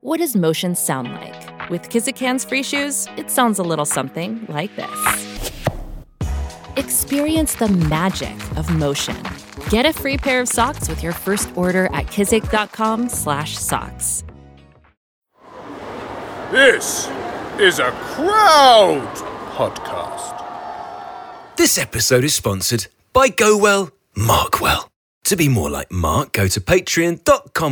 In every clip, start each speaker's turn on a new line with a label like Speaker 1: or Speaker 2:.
Speaker 1: What does motion sound like? With Kizikans free shoes, it sounds a little something like this. Experience the magic of motion. Get a free pair of socks with your first order at kizik.com/socks.
Speaker 2: This is a crowd podcast.
Speaker 3: This episode is sponsored by GoWell Markwell. To be more like Mark, go to patreon.com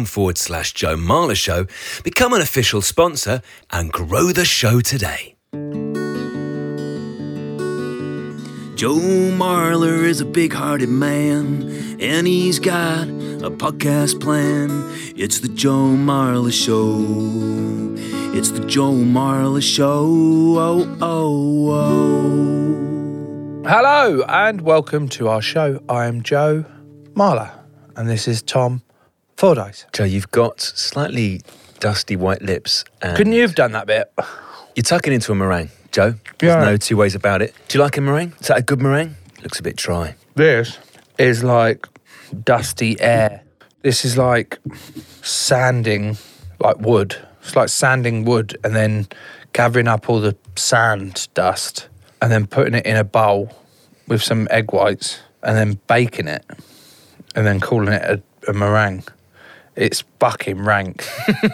Speaker 3: forward slash Joe Marler Show, become an official sponsor, and grow the show today. Joe Marler is a big hearted man, and he's got a podcast plan. It's the Joe Marler Show. It's the Joe Marler Show. Oh, oh, oh.
Speaker 4: Hello and welcome to our show. I am Joe Marler and this is Tom Fordyce.
Speaker 5: Joe, you've got slightly dusty white lips. And
Speaker 4: Couldn't you have done that bit?
Speaker 5: You're tucking into a meringue, Joe. There's
Speaker 4: Yeah.
Speaker 5: no two ways about it. Do you like a meringue? Is that a good meringue? Looks a bit dry.
Speaker 4: This is like dusty air. This is like sanding, like wood. It's like sanding wood and then gathering up all the sand dust and then putting it in a bowl with some egg whites and then baking it and then calling it a, a meringue. It's fucking rank.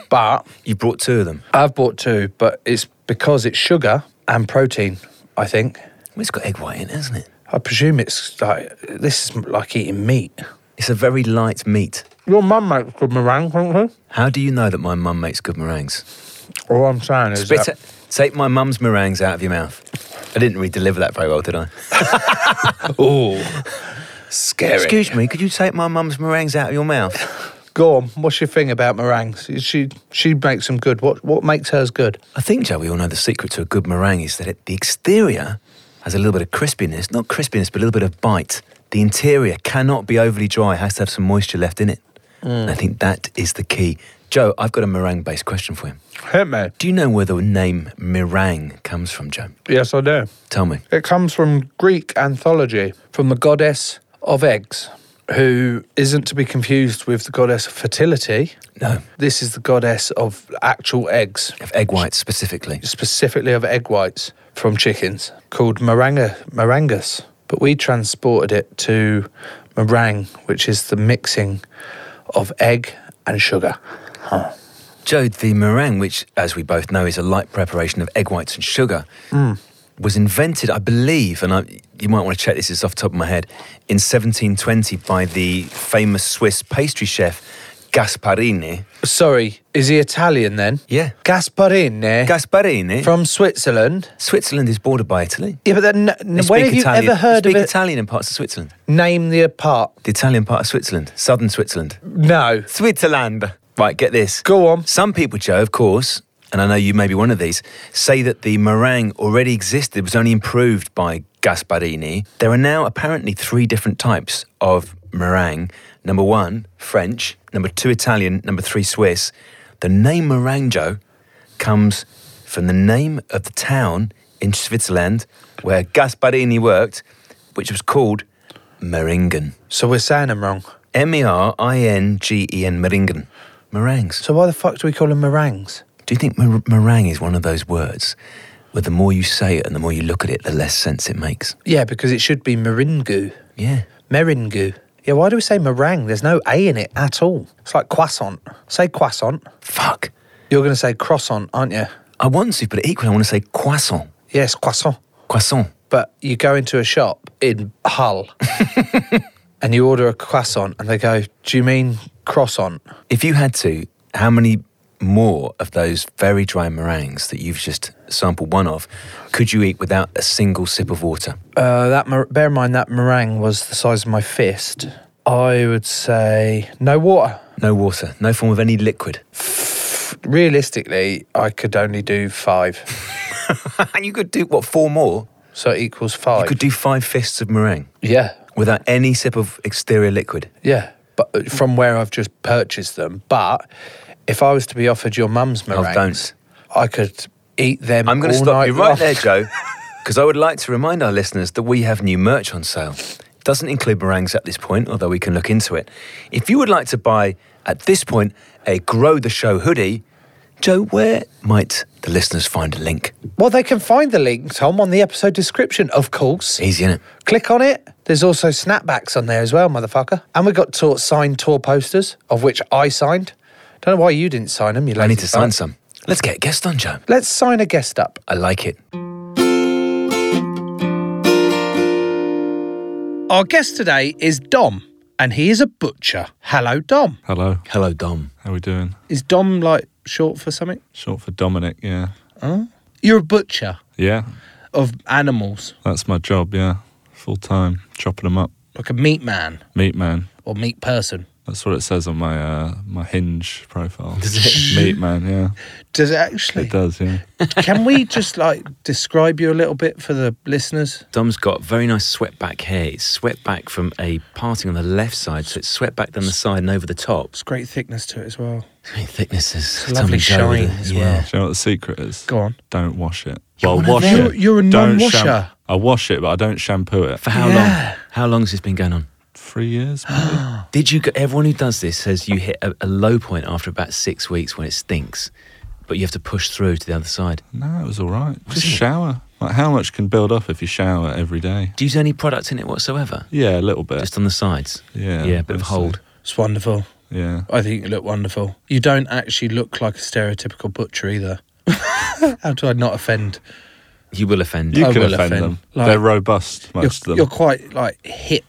Speaker 4: but
Speaker 5: You brought two of them.
Speaker 4: I've bought two, but it's because it's sugar and protein, I think.
Speaker 5: Well, it's got egg white in it, hasn't it?
Speaker 4: I presume it's like, this is like eating meat.
Speaker 5: It's a very light meat.
Speaker 4: Your mum makes good meringue, don't she?
Speaker 5: How do you know that my mum makes good meringues?
Speaker 4: All I'm saying is
Speaker 5: Spit
Speaker 4: that,
Speaker 5: it. Take my mum's meringues out of your mouth. I didn't really deliver that very well, did I?
Speaker 4: oh, scary.
Speaker 5: Excuse me, could you take my mum's meringues out of your mouth?
Speaker 4: Go on, what's your thing about meringues? She she makes them good. What what makes hers good?
Speaker 5: I think, Joe, we all know the secret to a good meringue is that it, the exterior has a little bit of crispiness. Not crispiness, but a little bit of bite. The interior cannot be overly dry, it has to have some moisture left in it. And I think that is the key. Joe, I've got a meringue based question for you.
Speaker 4: Hit me.
Speaker 5: Do you know where the name meringue comes from, Joe?
Speaker 4: Yes, I do.
Speaker 5: Tell me.
Speaker 4: It comes from Greek anthology, from the goddess of eggs, who isn't to be confused with the goddess of fertility.
Speaker 5: No.
Speaker 4: This is the goddess of actual eggs,
Speaker 5: Of egg whites specifically.
Speaker 4: specifically of egg whites from chickens, called meringa, meringus. But we transported it to meringue, which is the mixing of egg and sugar.
Speaker 5: Joe, the meringue, which, as we both know, is a light preparation of egg whites and sugar, was invented, I believe, and I, you might want to check this, it's off the top of my head, in 1720 by the famous Swiss pastry chef Gasparini.
Speaker 4: Sorry, is he Italian then?
Speaker 5: Yeah.
Speaker 4: Gasparine
Speaker 5: Gasparini.
Speaker 4: Eh. from Switzerland.
Speaker 5: Switzerland is bordered by Italy.
Speaker 4: Yeah, but then,
Speaker 5: They
Speaker 4: n- when
Speaker 5: speak
Speaker 4: have you
Speaker 5: Italian,
Speaker 4: ever heard
Speaker 5: they
Speaker 4: of
Speaker 5: speak
Speaker 4: it?
Speaker 5: Italian in parts of Switzerland.
Speaker 4: Name the part.
Speaker 5: The Italian part of Switzerland, southern Switzerland.
Speaker 4: No.
Speaker 5: Switzerland. Right, get this.
Speaker 4: Go on.
Speaker 5: Some people, Joe, of course, and I know you may be one of these, say that the meringue already existed, was only improved by Gasparini. There are now apparently three different types of meringue. Number one, French. Number two, Italian. Number three, Swiss. The name meringue, Joe, comes from the name of the town in Switzerland where Gasparini worked, which was called Meringen.
Speaker 4: So we're saying I'm wrong.
Speaker 5: M E R I N G E N, Meringen. Meringues.
Speaker 4: So why the fuck do we call them meringues?
Speaker 5: Do you think mer- meringue is one of those words where the more you say it and the more you look at it, the less sense it makes?
Speaker 4: Yeah, because it should be meringue.
Speaker 5: Yeah.
Speaker 4: Meringue. Yeah, why do we say meringue? There's no A in it at all. It's like croissant. Say croissant.
Speaker 5: Fuck.
Speaker 4: You're going to say croissant, aren't you?
Speaker 5: I want to, but equally, I want to say croissant.
Speaker 4: Yes, croissant.
Speaker 5: Croissant.
Speaker 4: But you go into a shop in Hull and you order a croissant and they go, Do you mean croissant?
Speaker 5: If you had to, how many more of those very dry meringues that you've just sampled one of could you eat without a single sip of water?
Speaker 4: Uh, that mer- bear in mind that meringue was the size of my fist. I would say no water.
Speaker 5: No water, no form of any liquid.
Speaker 4: Realistically, I could only do five,
Speaker 5: and you could do, what, four more?
Speaker 4: so it equals five.
Speaker 5: You could do five fists of meringue
Speaker 4: yeah,
Speaker 5: without any sip of exterior liquid.
Speaker 4: yeah. But uh, from where I've just purchased them, but if I was to be offered your mum's
Speaker 5: Oh,
Speaker 4: meringue,
Speaker 5: don't.
Speaker 4: I could eat them.
Speaker 5: I'm going to
Speaker 4: all
Speaker 5: stop you
Speaker 4: night
Speaker 5: right
Speaker 4: long.
Speaker 5: there, Joe, because I would like to remind our listeners that we have new merch on sale. It doesn't include meringues at this point, although we can look into it. If you would like to buy, at this point, a Grow the Show hoodie, Joe, where might the listeners find a link?
Speaker 4: Well, they can find the link, Tom, on the episode description, of course.
Speaker 5: Easy, innit?
Speaker 4: Click on it. There's also snapbacks on there as well, motherfucker. And we got tour, signed tour posters, of which I signed. Don't know why you didn't sign them. You
Speaker 5: I
Speaker 4: lazy
Speaker 5: need to sign
Speaker 4: fuck.
Speaker 5: some. Let's get a guest on, Joe.
Speaker 4: Let's sign a guest up.
Speaker 5: I like it.
Speaker 4: Our guest today is Dom, and he is a butcher. Hello, Dom.
Speaker 6: Hello.
Speaker 5: Hello, Dom.
Speaker 6: How we doing?
Speaker 4: Is Dom like short for something?
Speaker 6: Short for Dominic, yeah.
Speaker 4: You're a butcher
Speaker 6: Yeah,
Speaker 4: of animals,
Speaker 6: that's my job, yeah. Full time, chopping them up.
Speaker 4: like a meat man
Speaker 6: Meat man.
Speaker 4: or meat person.
Speaker 6: That's what it says on my uh, my hinge profile. Does it? Meat man, yeah.
Speaker 4: Does it actually?
Speaker 6: It does, yeah.
Speaker 4: Can we just like describe you a little bit for the listeners?
Speaker 5: Dom's got very nice swept back hair. It's swept back from a parting on the left side, so it's swept back down the side and over the top.
Speaker 4: It's great thickness to it as well.
Speaker 5: Great thicknesses.
Speaker 4: a lovely shine as well.
Speaker 6: Do you know what the secret is?
Speaker 4: Go on.
Speaker 6: Don't wash it.
Speaker 5: You're one of
Speaker 6: wash
Speaker 5: them?
Speaker 6: it.
Speaker 4: You're- you're a
Speaker 6: Don't
Speaker 4: non-washer.
Speaker 6: sham- I wash it, but I don't shampoo it.
Speaker 5: For how
Speaker 4: Yeah.
Speaker 5: long? How long has this been going on?
Speaker 6: Three years, maybe?
Speaker 5: Did you? go- Everyone who does this says you hit a, a low point after about six weeks when it stinks, but you have to push through to the other side.
Speaker 6: no, it was all right. Just shower. Like, how much can build up if you shower every day?
Speaker 5: Do you use any product in it whatsoever?
Speaker 6: Yeah, a little bit.
Speaker 5: Just on the sides.
Speaker 6: Yeah,
Speaker 5: Yeah, a bit of
Speaker 6: I see.
Speaker 5: hold.
Speaker 4: It's wonderful.
Speaker 6: Yeah.
Speaker 4: I think you look wonderful. You don't actually look like a stereotypical butcher either. How do I not offend?
Speaker 5: You will offend.
Speaker 6: You
Speaker 4: I
Speaker 6: can
Speaker 4: will
Speaker 6: offend
Speaker 4: offend.
Speaker 6: them.
Speaker 4: Like-
Speaker 6: They're robust, most
Speaker 4: you're,
Speaker 6: of them.
Speaker 4: you're quite like hip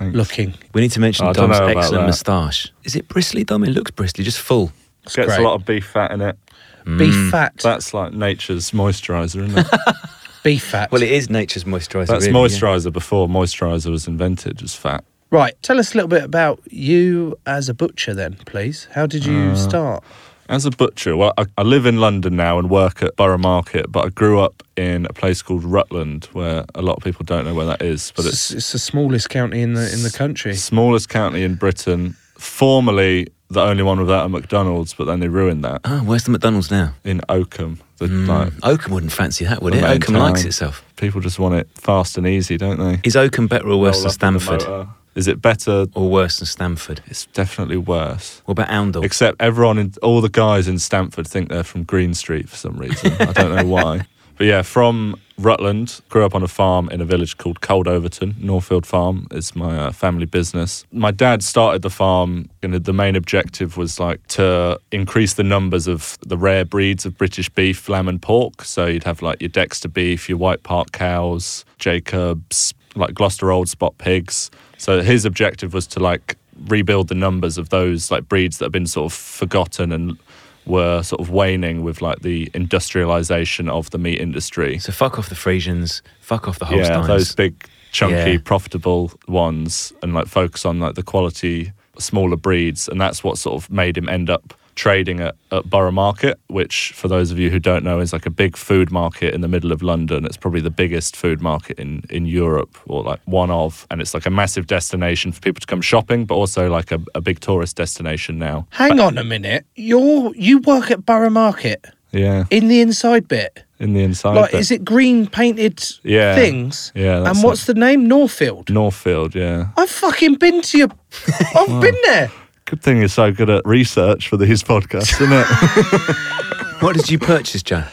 Speaker 4: looking.
Speaker 5: we need to mention
Speaker 6: I don't
Speaker 5: Dom's
Speaker 6: know about
Speaker 5: excellent
Speaker 6: that.
Speaker 5: moustache. Is it bristly, Dom? It looks bristly, just full.
Speaker 6: Gets
Speaker 4: great.
Speaker 6: a lot of beef fat in it.
Speaker 4: Be
Speaker 6: Mm.
Speaker 4: fat.
Speaker 6: That's like nature's moisturiser, isn't it?
Speaker 4: Be fat.
Speaker 5: Well, it is nature's moisturiser.
Speaker 6: That's
Speaker 5: really, yeah.
Speaker 6: moisturiser before moisturiser was invented, was fat.
Speaker 4: right. Tell us a little bit about you as a butcher, then, please. How did
Speaker 6: Uh,
Speaker 4: you start?
Speaker 6: As a butcher, well, I, I live in London now and work at Borough Market, but I grew up in a place called Rutland, where a lot of people don't know where that is, but
Speaker 4: It's,
Speaker 6: it's
Speaker 4: it's the smallest county in the in the country.
Speaker 6: smallest county in Britain. Formerly the only one without a McDonald's, but then they ruined that
Speaker 5: Ah, where's the McDonald's now?
Speaker 6: in Oakham. The, like,
Speaker 5: Oakham wouldn't fancy that, would
Speaker 6: the
Speaker 5: it?
Speaker 6: main
Speaker 5: Hmm. Oh, Oakham likes
Speaker 6: town.
Speaker 5: itself.
Speaker 6: People just want it fast and easy, don't they?
Speaker 5: Is Oakham better or worse
Speaker 6: Roll
Speaker 5: than
Speaker 6: up in the
Speaker 5: Stamford?
Speaker 6: motor. Is it better?
Speaker 5: Or worse than Stamford?
Speaker 6: It's definitely worse.
Speaker 5: What about Oundle?
Speaker 6: Except everyone, in, all the guys in Stamford think they're from Green Street for some reason. I don't know why. But yeah, from Rutland, grew up on a farm in a village called Cold Overton. Norfield Farm is my uh, family business. My dad started the farm, and the main objective was like to increase the numbers of the rare breeds of British beef, lamb, and pork. So you'd have like your Dexter beef, your White Park cows, Jacobs, like Gloucester Old Spot pigs. So his objective was to like rebuild the numbers of those like breeds that have been sort of forgotten and were sort of waning with like the industrialization of the meat industry.
Speaker 5: So fuck off the Frisians, fuck off the Holsteins.
Speaker 6: Yeah, those big chunky
Speaker 5: Yeah.
Speaker 6: profitable ones and like focus on like the quality smaller breeds and that's what sort of made him end up trading at, at Borough Market which for those of you who don't know is like a big food market in the middle of London it's probably the biggest food market in in Europe or like one of and it's like a massive destination for people to come shopping but also like a, a big tourist destination now
Speaker 4: Hang on a minute. You're you work at Borough Market
Speaker 6: yeah
Speaker 4: in the inside bit.
Speaker 6: in the inside
Speaker 4: Like,
Speaker 6: bit.
Speaker 4: is it green painted
Speaker 6: Yeah.
Speaker 4: things?
Speaker 6: Yeah, that's
Speaker 4: And what's the name? Norfield.
Speaker 6: Northfield yeah
Speaker 4: I've fucking been to your. I've been there.
Speaker 6: good thing you're so good at research for these podcasts isn't it
Speaker 5: What did you purchase, Joe?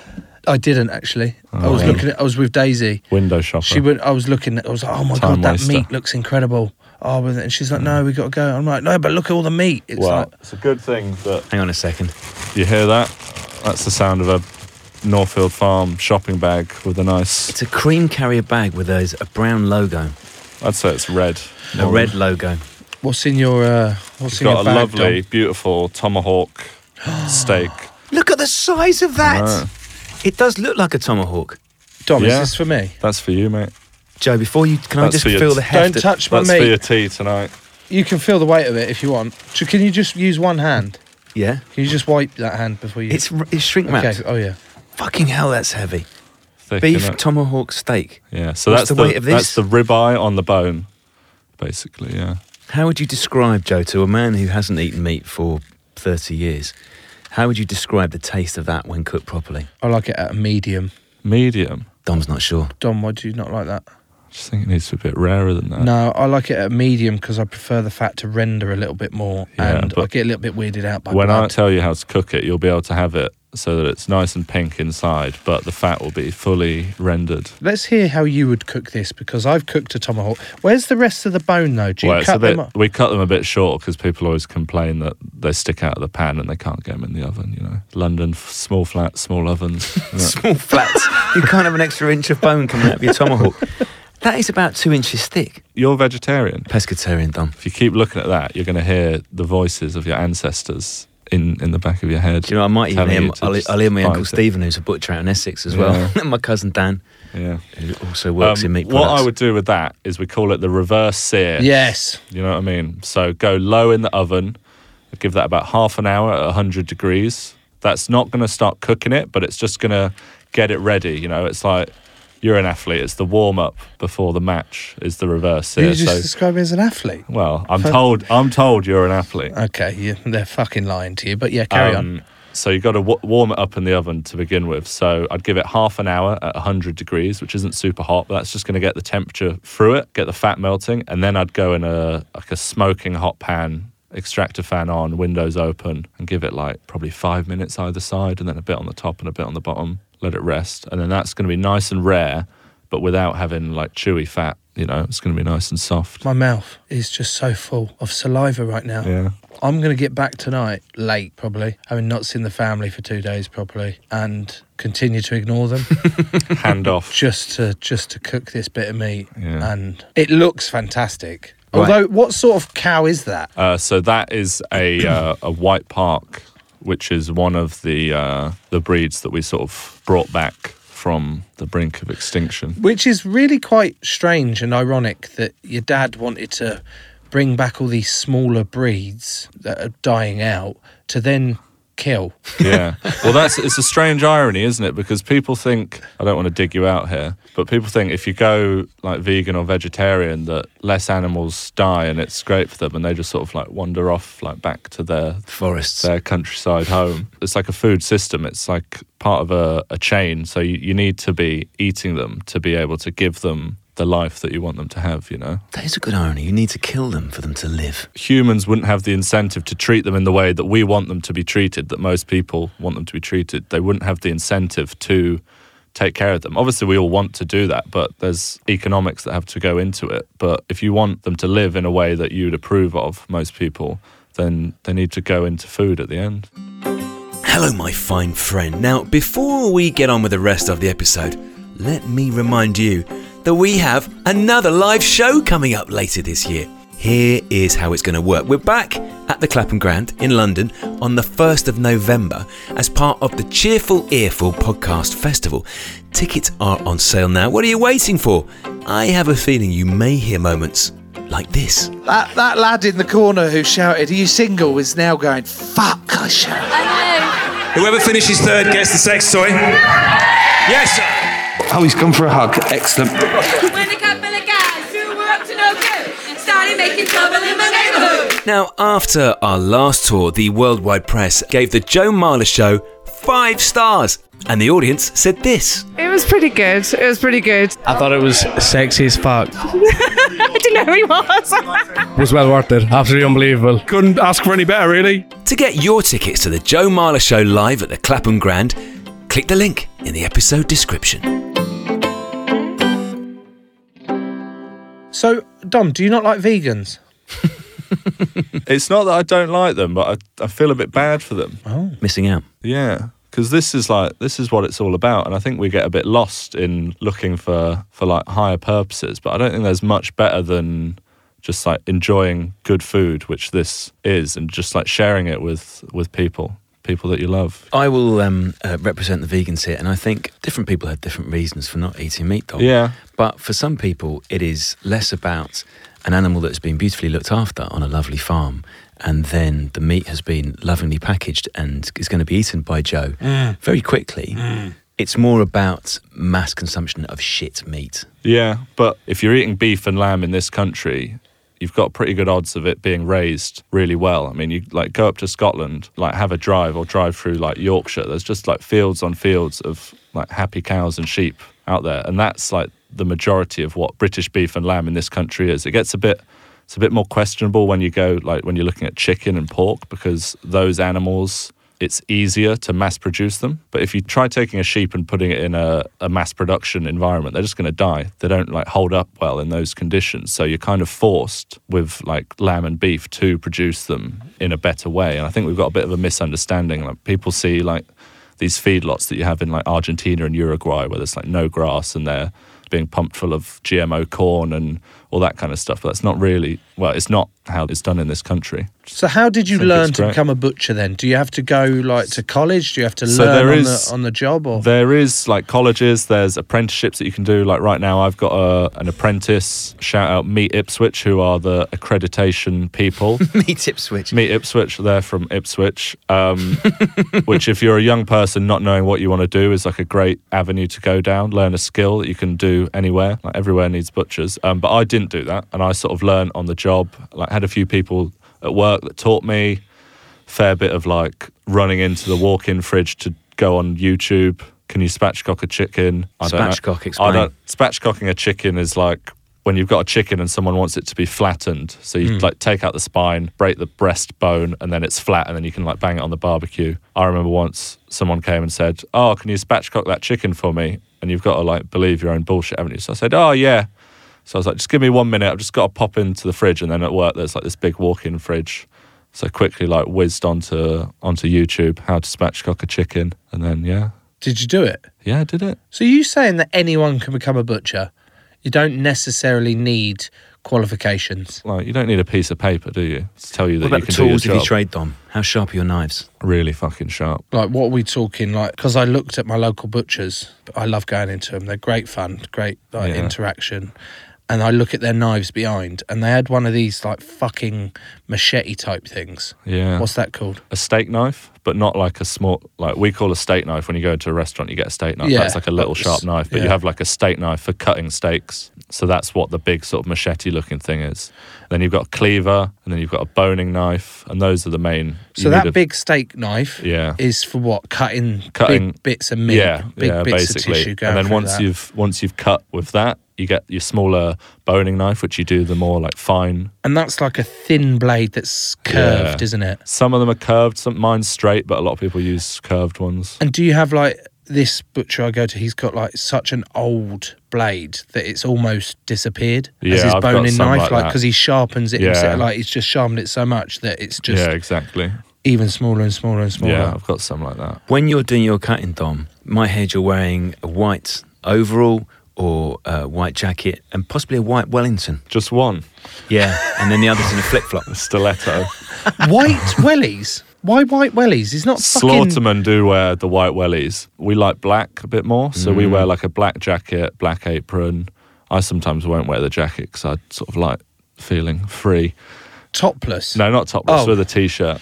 Speaker 4: I didn't actually.
Speaker 6: Oh,
Speaker 4: I was looking. At, I was with Daisy.
Speaker 6: window shopper
Speaker 4: She went. I was looking. at- I was like, oh my god,
Speaker 6: Time
Speaker 4: that
Speaker 6: waster. Mm.
Speaker 4: meat looks incredible. oh, but- and she's like, no, we got to go. I'm like, no, but look at all the meat. It's
Speaker 6: well,
Speaker 4: like,
Speaker 6: it's a good thing that
Speaker 5: Hang on a second.
Speaker 6: you hear that. That's the sound of a Norfield Farm shopping bag with a nice.
Speaker 5: It's a cream carrier bag with a, a brown logo,
Speaker 6: I'd say it's red.
Speaker 5: a red logo.
Speaker 4: what's in your, uh, what's
Speaker 6: It's
Speaker 4: in
Speaker 6: got a
Speaker 4: your bag,
Speaker 6: lovely,
Speaker 4: Dom?
Speaker 6: beautiful tomahawk steak.
Speaker 5: Look at the size of that.
Speaker 6: Wow.
Speaker 5: It does look like a tomahawk.
Speaker 4: Dom,
Speaker 6: Yeah.
Speaker 4: is this for me?
Speaker 6: That's for you, mate.
Speaker 5: Joe, before you, can
Speaker 6: That's
Speaker 5: I just
Speaker 6: for your-
Speaker 5: feel the heft?
Speaker 4: Don't
Speaker 5: of-
Speaker 4: touch my
Speaker 6: That's for
Speaker 4: meat.
Speaker 6: your tea tonight.
Speaker 4: You can feel the weight of it if you want. So Can you just use one hand?
Speaker 5: yeah,
Speaker 4: Can you just wipe that hand before you?
Speaker 5: it's, r- it's shrink wrapped.
Speaker 4: okay. Oh yeah.
Speaker 5: Fucking hell, that's heavy.
Speaker 6: Thick,
Speaker 5: Beef
Speaker 6: innit?
Speaker 5: tomahawk steak.
Speaker 6: Yeah, so
Speaker 5: What's
Speaker 6: that's
Speaker 5: the
Speaker 6: the,
Speaker 5: weight of this?
Speaker 6: that's the ribeye on the bone, basically. Yeah,
Speaker 5: How would you describe, Joe, to a man who hasn't eaten meat for 30 years? How would you describe the taste of that when cooked properly?
Speaker 4: I like it at a medium.
Speaker 6: medium.
Speaker 5: Dom's not sure.
Speaker 4: Dom, why do you not like that?
Speaker 6: I just think it needs to be a bit rarer than that.
Speaker 4: No, I like it at a medium because I prefer the fat to render a little bit more,
Speaker 6: Yeah,
Speaker 4: and I
Speaker 6: but
Speaker 4: get a little bit weirded out by
Speaker 6: when I
Speaker 4: blood.
Speaker 6: tell you how to cook it, you'll be able to have it so that it's nice and pink inside, but the fat will be fully rendered.
Speaker 4: Let's hear how you would cook this because I've cooked a tomahawk. Where's the rest of the bone though? Do you
Speaker 6: Well, it's a
Speaker 4: cut
Speaker 6: bit,
Speaker 4: them up?
Speaker 6: we cut them a bit short because people always complain that they stick out of the pan and they can't get them in the oven. You know, London f- small flats, small ovens. you know.
Speaker 5: Small flats. you can't have an extra inch of bone coming out of your tomahawk. That is about two inches thick.
Speaker 6: You're vegetarian.
Speaker 5: Pescatarian, Dom.
Speaker 6: If you keep looking at that, you're going to hear the voices of your ancestors in, in the back of your head.
Speaker 5: Do you know, I might even
Speaker 6: telling
Speaker 5: hear,
Speaker 6: you
Speaker 5: my-
Speaker 6: to
Speaker 5: I'll,
Speaker 6: just
Speaker 5: I'll hear my
Speaker 6: fight
Speaker 5: uncle
Speaker 6: it.
Speaker 5: Stephen, who's a butcher out in Essex as well,
Speaker 6: Yeah.
Speaker 5: and my cousin Dan,
Speaker 6: Yeah.
Speaker 5: who also works
Speaker 6: Um,
Speaker 5: in meat
Speaker 6: what
Speaker 5: products.
Speaker 6: I would do with that is we call it the reverse sear.
Speaker 4: Yes.
Speaker 6: You know what I mean? So go low in the oven, give that about half an hour at 100 degrees. That's not going to start cooking it, but it's just going to get it ready. You know, it's like you're an athlete, it's the warm up before the match, is the reverse
Speaker 4: You
Speaker 6: sear.
Speaker 4: just
Speaker 6: So,
Speaker 4: describe me as an athlete.
Speaker 6: well, I'm told, I'm told you're an athlete.
Speaker 4: Okay, yeah, they're fucking lying to you, but yeah, carry on.
Speaker 6: Um, So you've got to w- warm it up in the oven to begin with. So I'd give it half an hour at 100 degrees, which isn't super hot, but that's just going to get the temperature through it, get the fat melting, and then I'd go in a like a smoking hot pan, extractor fan on, windows open, and give it like probably five minutes either side, and then a bit on the top and a bit on the bottom. Let it rest, and then that's going to be nice and rare, but without having like chewy fat. You know, it's going to be nice and soft.
Speaker 4: My mouth is just so full of saliva right now.
Speaker 6: Yeah.
Speaker 4: I'm going to get back tonight late, probably, having not seen the family for two days, probably, and continue to ignore them
Speaker 6: Hand off.
Speaker 4: just to just to cook this bit of meat.
Speaker 6: Yeah.
Speaker 4: And it looks fantastic.
Speaker 5: Right.
Speaker 4: Although, what sort of cow is that?
Speaker 6: Uh, so that is a uh, a white park, which is one of the uh, the breeds that we sort of brought back from the brink of extinction.
Speaker 4: Which is really quite strange and ironic that your dad wanted to bring back all these smaller breeds that are dying out to then kill.
Speaker 6: Yeah. Well, that's it's a strange irony, isn't it? Because people think I don't want to dig you out here, but people think if you go like vegan or vegetarian that less animals die and it's great for them, and they just sort of like wander off like back to their
Speaker 5: Forests.
Speaker 6: their countryside home. It's like a food system. It's like part of a, a chain. So you, you need to be eating them to be able to give them the life that you want them to have, you know?
Speaker 5: That is a good irony. You need to kill them for them to live.
Speaker 6: Humans wouldn't have the incentive to treat them in the way that we want them to be treated, that most people want them to be treated. They wouldn't have the incentive to take care of them. Obviously, we all want to do that, but there's economics that have to go into it. But if you want them to live in a way that you'd approve of, most people, then they need to go into food at the end.
Speaker 5: Hello, my fine friend. Now, before we get on with the rest of the episode, let me remind you that we have another live show coming up later this year. Here is how it's going to work. We're back at the Clapham Grand in London on the 1st of November as part of the Cheerful Earful Podcast Festival. Tickets are on sale now. What are you waiting for? I have a feeling you may hear moments like this.
Speaker 4: That, that lad in the corner who shouted, Are you single? is now going, Fuck, I shall.
Speaker 1: I
Speaker 7: Whoever finishes third gets the sex toy. Yes, sir.
Speaker 8: Oh, he's come for a hug. Excellent.
Speaker 9: When a couple of guys who were up to no good started making trouble in my neighborhood.
Speaker 7: Now, after our last tour, the worldwide press gave the Joe Marler show five stars, and the audience said this.
Speaker 9: It was pretty good. It was pretty good.
Speaker 8: I thought it was sexy as fuck.
Speaker 9: I didn't know who he was.
Speaker 8: It was well worth it. Absolutely unbelievable. Couldn't ask for any better, really.
Speaker 7: To get your tickets to the Joe Marler show live at the Clapham Grand, click the link in the episode description.
Speaker 4: So, Dom, do you not like vegans?
Speaker 6: It's not that I don't like them, but I, I feel a bit bad for them.
Speaker 4: Oh.
Speaker 5: Missing out.
Speaker 6: Yeah, because this is like this is what it's all about, and I think we get a bit lost in looking for for like higher purposes. But I don't think there's much better than just like enjoying good food, which this is, and just like sharing it with with people, people that you love.
Speaker 5: I will um, uh, represent the vegans here, and I think different people have different reasons for not eating meat. Dom.
Speaker 6: Yeah.
Speaker 5: But for some people, it is less about an animal that's been beautifully looked after on a lovely farm, and then the meat has been lovingly packaged and is going to be eaten by Joe
Speaker 6: Mm.
Speaker 5: very quickly. It's more about mass consumption of shit meat.
Speaker 6: Yeah, but if you're eating beef and lamb in this country, you've got pretty good odds of it being raised really well. I mean, you like go up to Scotland, like have a drive or drive through like Yorkshire. There's just like fields on fields of like happy cows and sheep out there, and that's like the majority of what British beef and lamb in this country is. It gets a bit it's a bit more questionable when you go like when you're looking at chicken and pork because those animals it's easier to mass produce them but if you try taking a sheep and putting it in a, a mass production environment they're just going to die they don't like hold up well in those conditions so you're kind of forced with like lamb and beef to produce them in a better way and i think we've got a bit of a misunderstanding like people see like these feedlots that you have in like Argentina and Uruguay where there's like no grass and they're being pumped full of GMO corn and all that kind of stuff. But that's not really well, it's not how it's done in this country.
Speaker 4: So, how did you
Speaker 6: Think it's
Speaker 4: learn to
Speaker 6: great.
Speaker 4: become a butcher then? Do you have to go like to college? Do you have to
Speaker 6: So
Speaker 4: learn
Speaker 6: there
Speaker 4: on,
Speaker 6: is-
Speaker 4: the, on the job? Or
Speaker 6: There is like colleges, there's apprenticeships that you can do. Like right now, I've got a, an apprentice. Shout out Meet Ipswich, who are the accreditation people.
Speaker 5: Meat Ipswich.
Speaker 6: Meet Ipswich. They're from Ipswich, um, which, if you're a young person not knowing what you want to do, is like a great avenue to go down. Learn a skill that you can do anywhere. Like everywhere needs butchers. Um, but I didn't do that, and I sort of learned on the job. Like had a few people at work that taught me. Fair bit of like running into the walk-in fridge to go on YouTube. Can you spatchcock a chicken? know.
Speaker 5: Spatchcock,
Speaker 6: I
Speaker 5: explain.
Speaker 6: don't, spatchcocking a chicken is like when you've got a chicken and someone wants it to be flattened. So you
Speaker 5: Mm.
Speaker 6: like take out the spine, break the breastbone, and then it's flat, and then you can like bang it on the barbecue. I remember once someone came and said, "Oh, can you spatchcock that chicken for me?" And you've got to like believe your own bullshit, haven't you? So I said, "Oh yeah." So I was like, "Just give me one minute. I've just got to pop into the fridge." And then at work, there's like this big walk-in fridge. So I quickly like whizzed onto onto YouTube how to spatchcock a chicken, and then yeah,
Speaker 4: did you do it?
Speaker 6: yeah, I did it.
Speaker 4: So, you saying that anyone can become a butcher? You don't necessarily need qualifications.
Speaker 6: Like you don't need a piece of paper, do you? To tell you that
Speaker 5: What about
Speaker 6: you
Speaker 5: the
Speaker 6: can do your
Speaker 5: tools of your
Speaker 6: job.
Speaker 5: trade, Dom? How sharp are your knives?
Speaker 6: Really fucking sharp.
Speaker 4: Like, what are we talking? Like, because I looked at my local butchers, but I love going into them. They're great fun, great like,
Speaker 6: Yeah.
Speaker 4: interaction. And I look at their knives behind, and they had one of these like fucking machete type things.
Speaker 6: Yeah.
Speaker 4: What's that called?
Speaker 6: a steak knife, but not like a small like we call a steak knife when you go into a restaurant you get a steak knife.
Speaker 4: Yeah,
Speaker 6: that's like a little
Speaker 4: but
Speaker 6: sharp
Speaker 4: it's-
Speaker 6: knife, but you
Speaker 4: yeah.
Speaker 6: have like a steak knife for cutting steaks. So that's what the big sort of machete looking thing is. Then you've got a cleaver and then you've got a boning knife and those are the main
Speaker 4: So
Speaker 6: you
Speaker 4: that
Speaker 6: need a-
Speaker 4: big steak knife
Speaker 6: Yeah.
Speaker 4: is for what? Cutting,
Speaker 6: Cutting-
Speaker 4: big bits of meat,
Speaker 6: yeah,
Speaker 4: big
Speaker 6: yeah,
Speaker 4: bits
Speaker 6: basically.
Speaker 4: of tissue going
Speaker 6: and then
Speaker 4: through
Speaker 6: once
Speaker 4: that.
Speaker 6: you've once you've cut with that, you get your smaller boning knife, which you do the more like fine
Speaker 4: And that's like a thin blade that's curved,
Speaker 6: Yeah.
Speaker 4: isn't it?
Speaker 6: Some of them are curved, some mine's straight, but a lot of people use curved ones.
Speaker 4: And do you have like this butcher I go to? He's got like such an old blade that it's almost disappeared as
Speaker 6: Yeah,
Speaker 4: his
Speaker 6: I've got
Speaker 4: bone and
Speaker 6: some
Speaker 4: knife,
Speaker 6: like
Speaker 4: like
Speaker 6: that.
Speaker 4: because he sharpens it
Speaker 6: Yeah.
Speaker 4: himself. Like he's just sharpened it so much that it's just
Speaker 6: yeah, exactly.
Speaker 4: even smaller and smaller and smaller.
Speaker 6: Yeah, I've got some like that.
Speaker 5: When you're doing your cutting, Dom, my head you're wearing a white overall or a white jacket and possibly a white Wellington.
Speaker 6: Just one.
Speaker 5: Yeah, and then the other's in a flip flop.
Speaker 6: Stiletto.
Speaker 4: White wellies? Why white wellies? He's not fucking.
Speaker 6: Slaughtermen do wear the white wellies. We like black a bit more, so
Speaker 4: Mm.
Speaker 6: we wear like a black jacket, black apron. I sometimes won't wear the jacket because I sort of like feeling free.
Speaker 4: Topless.
Speaker 6: No, not topless
Speaker 4: Oh.
Speaker 6: with a t-shirt.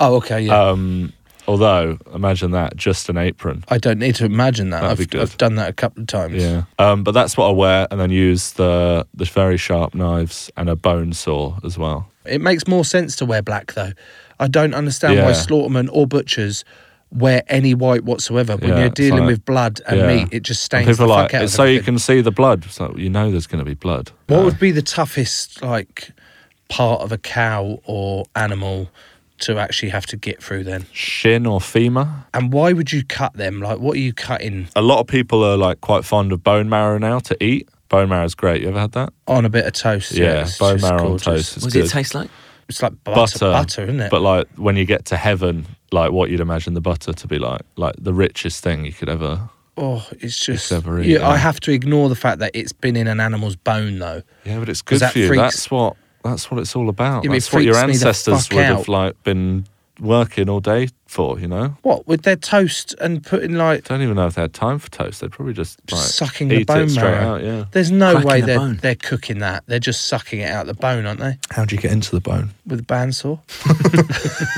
Speaker 4: Oh, okay. Yeah.
Speaker 6: Um, although, imagine that, just an apron.
Speaker 4: I don't need to imagine that.
Speaker 6: that'd
Speaker 4: I've,
Speaker 6: be good.
Speaker 4: I've done that a couple of times.
Speaker 6: Yeah. Um, but that's what I wear, and then use the the very sharp knives and a bone saw as well.
Speaker 4: It makes more sense to wear black though. I don't understand why
Speaker 6: Yeah.
Speaker 4: slaughtermen or butchers wear any white whatsoever. When
Speaker 6: Yeah,
Speaker 4: you're
Speaker 6: it's
Speaker 4: dealing
Speaker 6: like-
Speaker 4: with blood and
Speaker 6: yeah.
Speaker 4: meat, it just
Speaker 6: And
Speaker 4: stains the
Speaker 6: people are
Speaker 4: fuck out
Speaker 6: like,
Speaker 4: of
Speaker 6: so you
Speaker 4: everything."
Speaker 6: can see the blood. So you know there's going to be blood. Uh,
Speaker 4: What would be the toughest like part of a cow or animal to actually have to get through then?
Speaker 6: Shin or femur?
Speaker 4: And why would you cut them? Like, what are you cutting?
Speaker 6: a lot of people are like quite fond of bone marrow now to eat. Bone marrow's great. You ever had that?
Speaker 4: on a bit of toast. Yeah,
Speaker 6: Yeah,
Speaker 4: it's
Speaker 6: bone
Speaker 4: just
Speaker 6: marrow on
Speaker 4: gorgeous.
Speaker 6: toast. is good.
Speaker 5: like?
Speaker 4: It's like butter, butter, isn't it?
Speaker 6: But like when you get to heaven, like what you'd imagine the butter to be like, like the richest thing you could ever.
Speaker 4: oh, it's just.
Speaker 6: ever
Speaker 4: yeah,
Speaker 6: eaten.
Speaker 4: I have to ignore the fact that it's been in an animal's bone though.
Speaker 6: Yeah, but it's
Speaker 4: 'Cause
Speaker 6: good
Speaker 4: that
Speaker 6: for you.
Speaker 4: freaks-
Speaker 6: That's what. That's what it's all about.
Speaker 4: Yeah, but it
Speaker 6: that's what your
Speaker 4: freaks me the
Speaker 6: ancestors
Speaker 4: fuck
Speaker 6: would
Speaker 4: out.
Speaker 6: have like been working all day for. You know.
Speaker 4: What with their toast and putting like
Speaker 6: Don't even know if they had time for toast. They'd probably just like
Speaker 4: sucking
Speaker 6: eat
Speaker 4: the bone
Speaker 6: it straight
Speaker 4: marrow.
Speaker 6: out. Yeah.
Speaker 4: There's no
Speaker 5: Cracking
Speaker 4: way
Speaker 5: the
Speaker 4: they're
Speaker 5: bone.
Speaker 4: they're cooking that. They're just sucking it out the bone, aren't they?
Speaker 6: How do you get into the bone?
Speaker 4: With a bandsaw.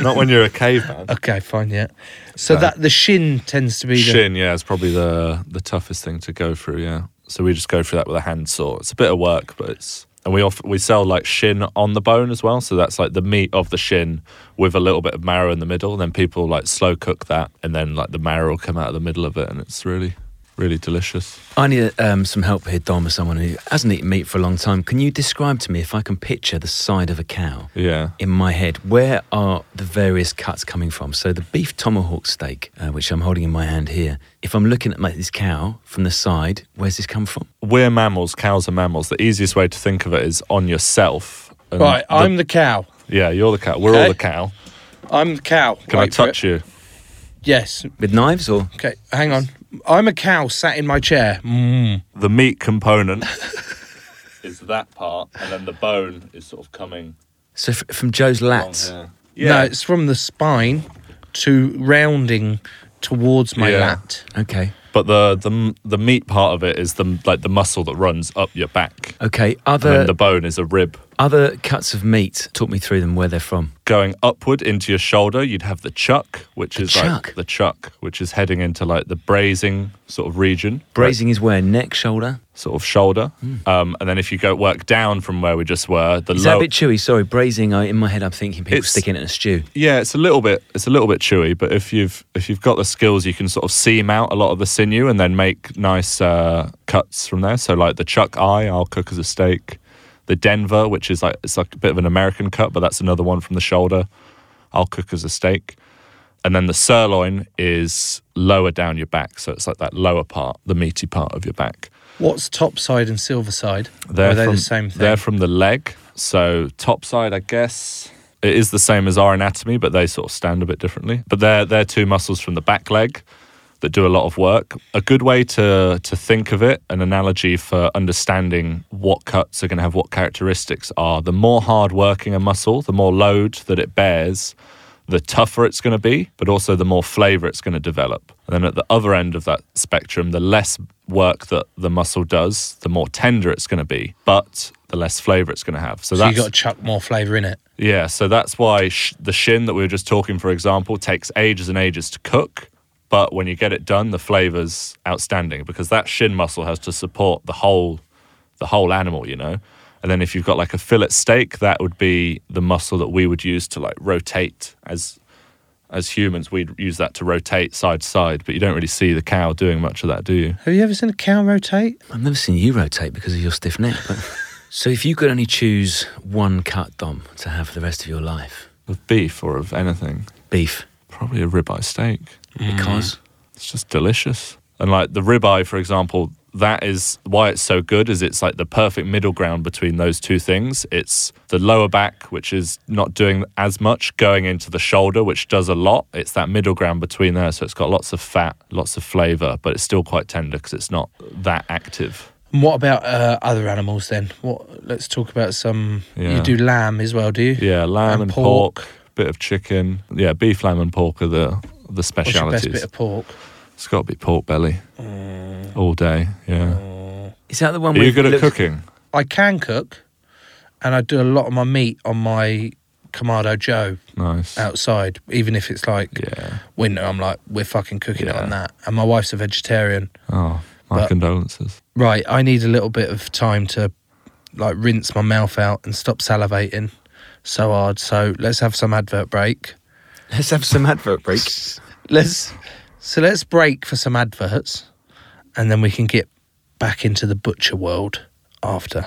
Speaker 6: Not when you're a caveman.
Speaker 4: Okay, fine, yeah. So
Speaker 6: Okay.
Speaker 4: that the shin tends to be the
Speaker 6: Shin, yeah, is probably the the toughest thing to go through. Yeah, so we just go through that with a hand saw. It's a bit of work, but it's and we off, we sell like shin on the bone as well. So that's like the meat of the shin with a little bit of marrow in the middle. Then people like slow cook that, and then like the marrow will come out of the middle of it, and it's really really delicious.
Speaker 5: I need um, some help here, Dom, as someone who hasn't eaten meat for a long time. Can you describe to me if I can picture the side of a cow
Speaker 6: Yeah,
Speaker 5: in my head? Where are the various cuts coming from? So the beef tomahawk steak, uh, which I'm holding in my hand here. If I'm looking at my, this cow from the side, where's this come from?
Speaker 6: we're mammals. Cows are mammals. The easiest way to think of it is on yourself. And
Speaker 4: Right,
Speaker 6: the-
Speaker 4: I'm the cow.
Speaker 6: yeah, you're the cow. We're
Speaker 4: Okay.
Speaker 6: all the cow.
Speaker 4: I'm the cow.
Speaker 6: Can
Speaker 4: Wait
Speaker 6: I
Speaker 4: for
Speaker 6: touch
Speaker 4: it.
Speaker 6: you?
Speaker 4: Yes.
Speaker 5: With knives or?
Speaker 4: Okay, hang on. I'm a cow sat in my chair. Mm.
Speaker 6: the meat component is that part, and then the bone is sort of coming.
Speaker 5: So f- from Joe's lats.
Speaker 4: No, it's from the spine to rounding towards my
Speaker 6: Yeah.
Speaker 4: lat.
Speaker 5: Okay.
Speaker 6: but the the the meat part of it is the like the muscle that runs up your back,
Speaker 5: Okay.
Speaker 6: and
Speaker 5: Other
Speaker 6: then the bone is a rib.
Speaker 5: other cuts of meat. Talk me through them. Where they're from.
Speaker 6: Going upward into your shoulder, you'd have the chuck, which is
Speaker 5: chuck?
Speaker 6: like the chuck, which is heading into like the brazing sort of region,
Speaker 5: Brazing is where neck, shoulder.
Speaker 6: sort of shoulder. Um, and then if you go work down from where we just were, the
Speaker 5: Hmm. Is that
Speaker 6: low,
Speaker 5: a bit chewy? Sorry, brazing. I, in my head, I'm thinking people
Speaker 6: It's-
Speaker 5: sticking it in a stew.
Speaker 6: Yeah, it's a little bit it's a little bit chewy, but if you've if you've got the skills, you can sort of seam out a lot of the sinew and then make nice uh, cuts from there. So like the chuck eye, I'll cook as a steak. The Denver, which is like it's like a bit of an American cut, but that's another one from the shoulder. I'll cook as a steak. And then the sirloin is lower down your back, so it's like that lower part, the meaty part of your back.
Speaker 4: What's top side and silver side? Or
Speaker 6: They're
Speaker 4: are they
Speaker 6: from,
Speaker 4: the same thing?
Speaker 6: They're from the leg. So top side, I guess, it is the same as our anatomy, but they sort of stand a bit differently. But they're they're two muscles from the back leg that do a lot of work. A good way to to think of it, an analogy for understanding what cuts are going to have what characteristics are. The more hard working a muscle, the more load that it bears, the tougher it's going to be, but also the more flavor it's going to develop. And then at the other end of that spectrum, the less work that the muscle does, the more tender it's going to be, but the less flavor it's going to have.
Speaker 4: so
Speaker 6: So,
Speaker 4: you
Speaker 6: that's
Speaker 4: got to chuck more flavour in it.
Speaker 6: yeah, so that's why sh- the shin that we were just talking, for example, takes ages and ages to cook. But when you get it done, the flavor's outstanding because that shin muscle has to support the whole, the whole animal, you know. And then if you've got like a fillet steak, that would be the muscle that we would use to like rotate as, as humans, we'd use that to rotate side to side. But you don't really see the cow doing much of that, do you?
Speaker 4: Have you ever seen a cow rotate?
Speaker 5: I've never seen you rotate because of your stiff neck. But so if you could only choose one cut, Dom, to have for the rest of your life,
Speaker 6: Of beef or of anything,
Speaker 5: beef,
Speaker 6: probably a ribeye steak.
Speaker 4: Mm.
Speaker 5: because
Speaker 6: It's just delicious. And like the ribeye, for example, that is why it's so good. Is it's like the perfect middle ground between those two things. It's the lower back, which is not doing as much, going into the shoulder, which does a lot. It's that middle ground between there, so it's got lots of fat, lots of flavour, but it's still quite tender because it's not that active.
Speaker 4: And what about uh, other animals then? What? Let's talk about some.
Speaker 6: Yeah.
Speaker 4: You do lamb as well, do you?
Speaker 6: Yeah, lamb and,
Speaker 4: And
Speaker 6: pork.
Speaker 4: pork.
Speaker 6: bit of chicken. Yeah, beef, lamb, and pork are the the
Speaker 4: What's your
Speaker 6: specialities.
Speaker 4: best bit of Mm. pork?
Speaker 6: it's got to be pork belly all day. Yeah.
Speaker 4: Mm.
Speaker 5: is that the one?
Speaker 6: Are
Speaker 5: where
Speaker 6: you good
Speaker 5: it
Speaker 6: at
Speaker 5: looks-
Speaker 6: cooking?
Speaker 4: I can cook, and I do a lot of my meat on my Kamado Joe
Speaker 6: Nice.
Speaker 4: outside, even if it's like
Speaker 6: Yeah.
Speaker 4: winter. I'm like, we're fucking cooking it
Speaker 6: Yeah.
Speaker 4: on that. And my wife's a vegetarian.
Speaker 6: Oh, my
Speaker 4: But-
Speaker 6: condolences.
Speaker 4: Right, I need a little bit of time to like rinse my mouth out and stop salivating so hard. So let's have some advert break.
Speaker 5: Let's have some advert break.
Speaker 4: Let's so let's break for some adverts, and then we can get back into the butcher world after.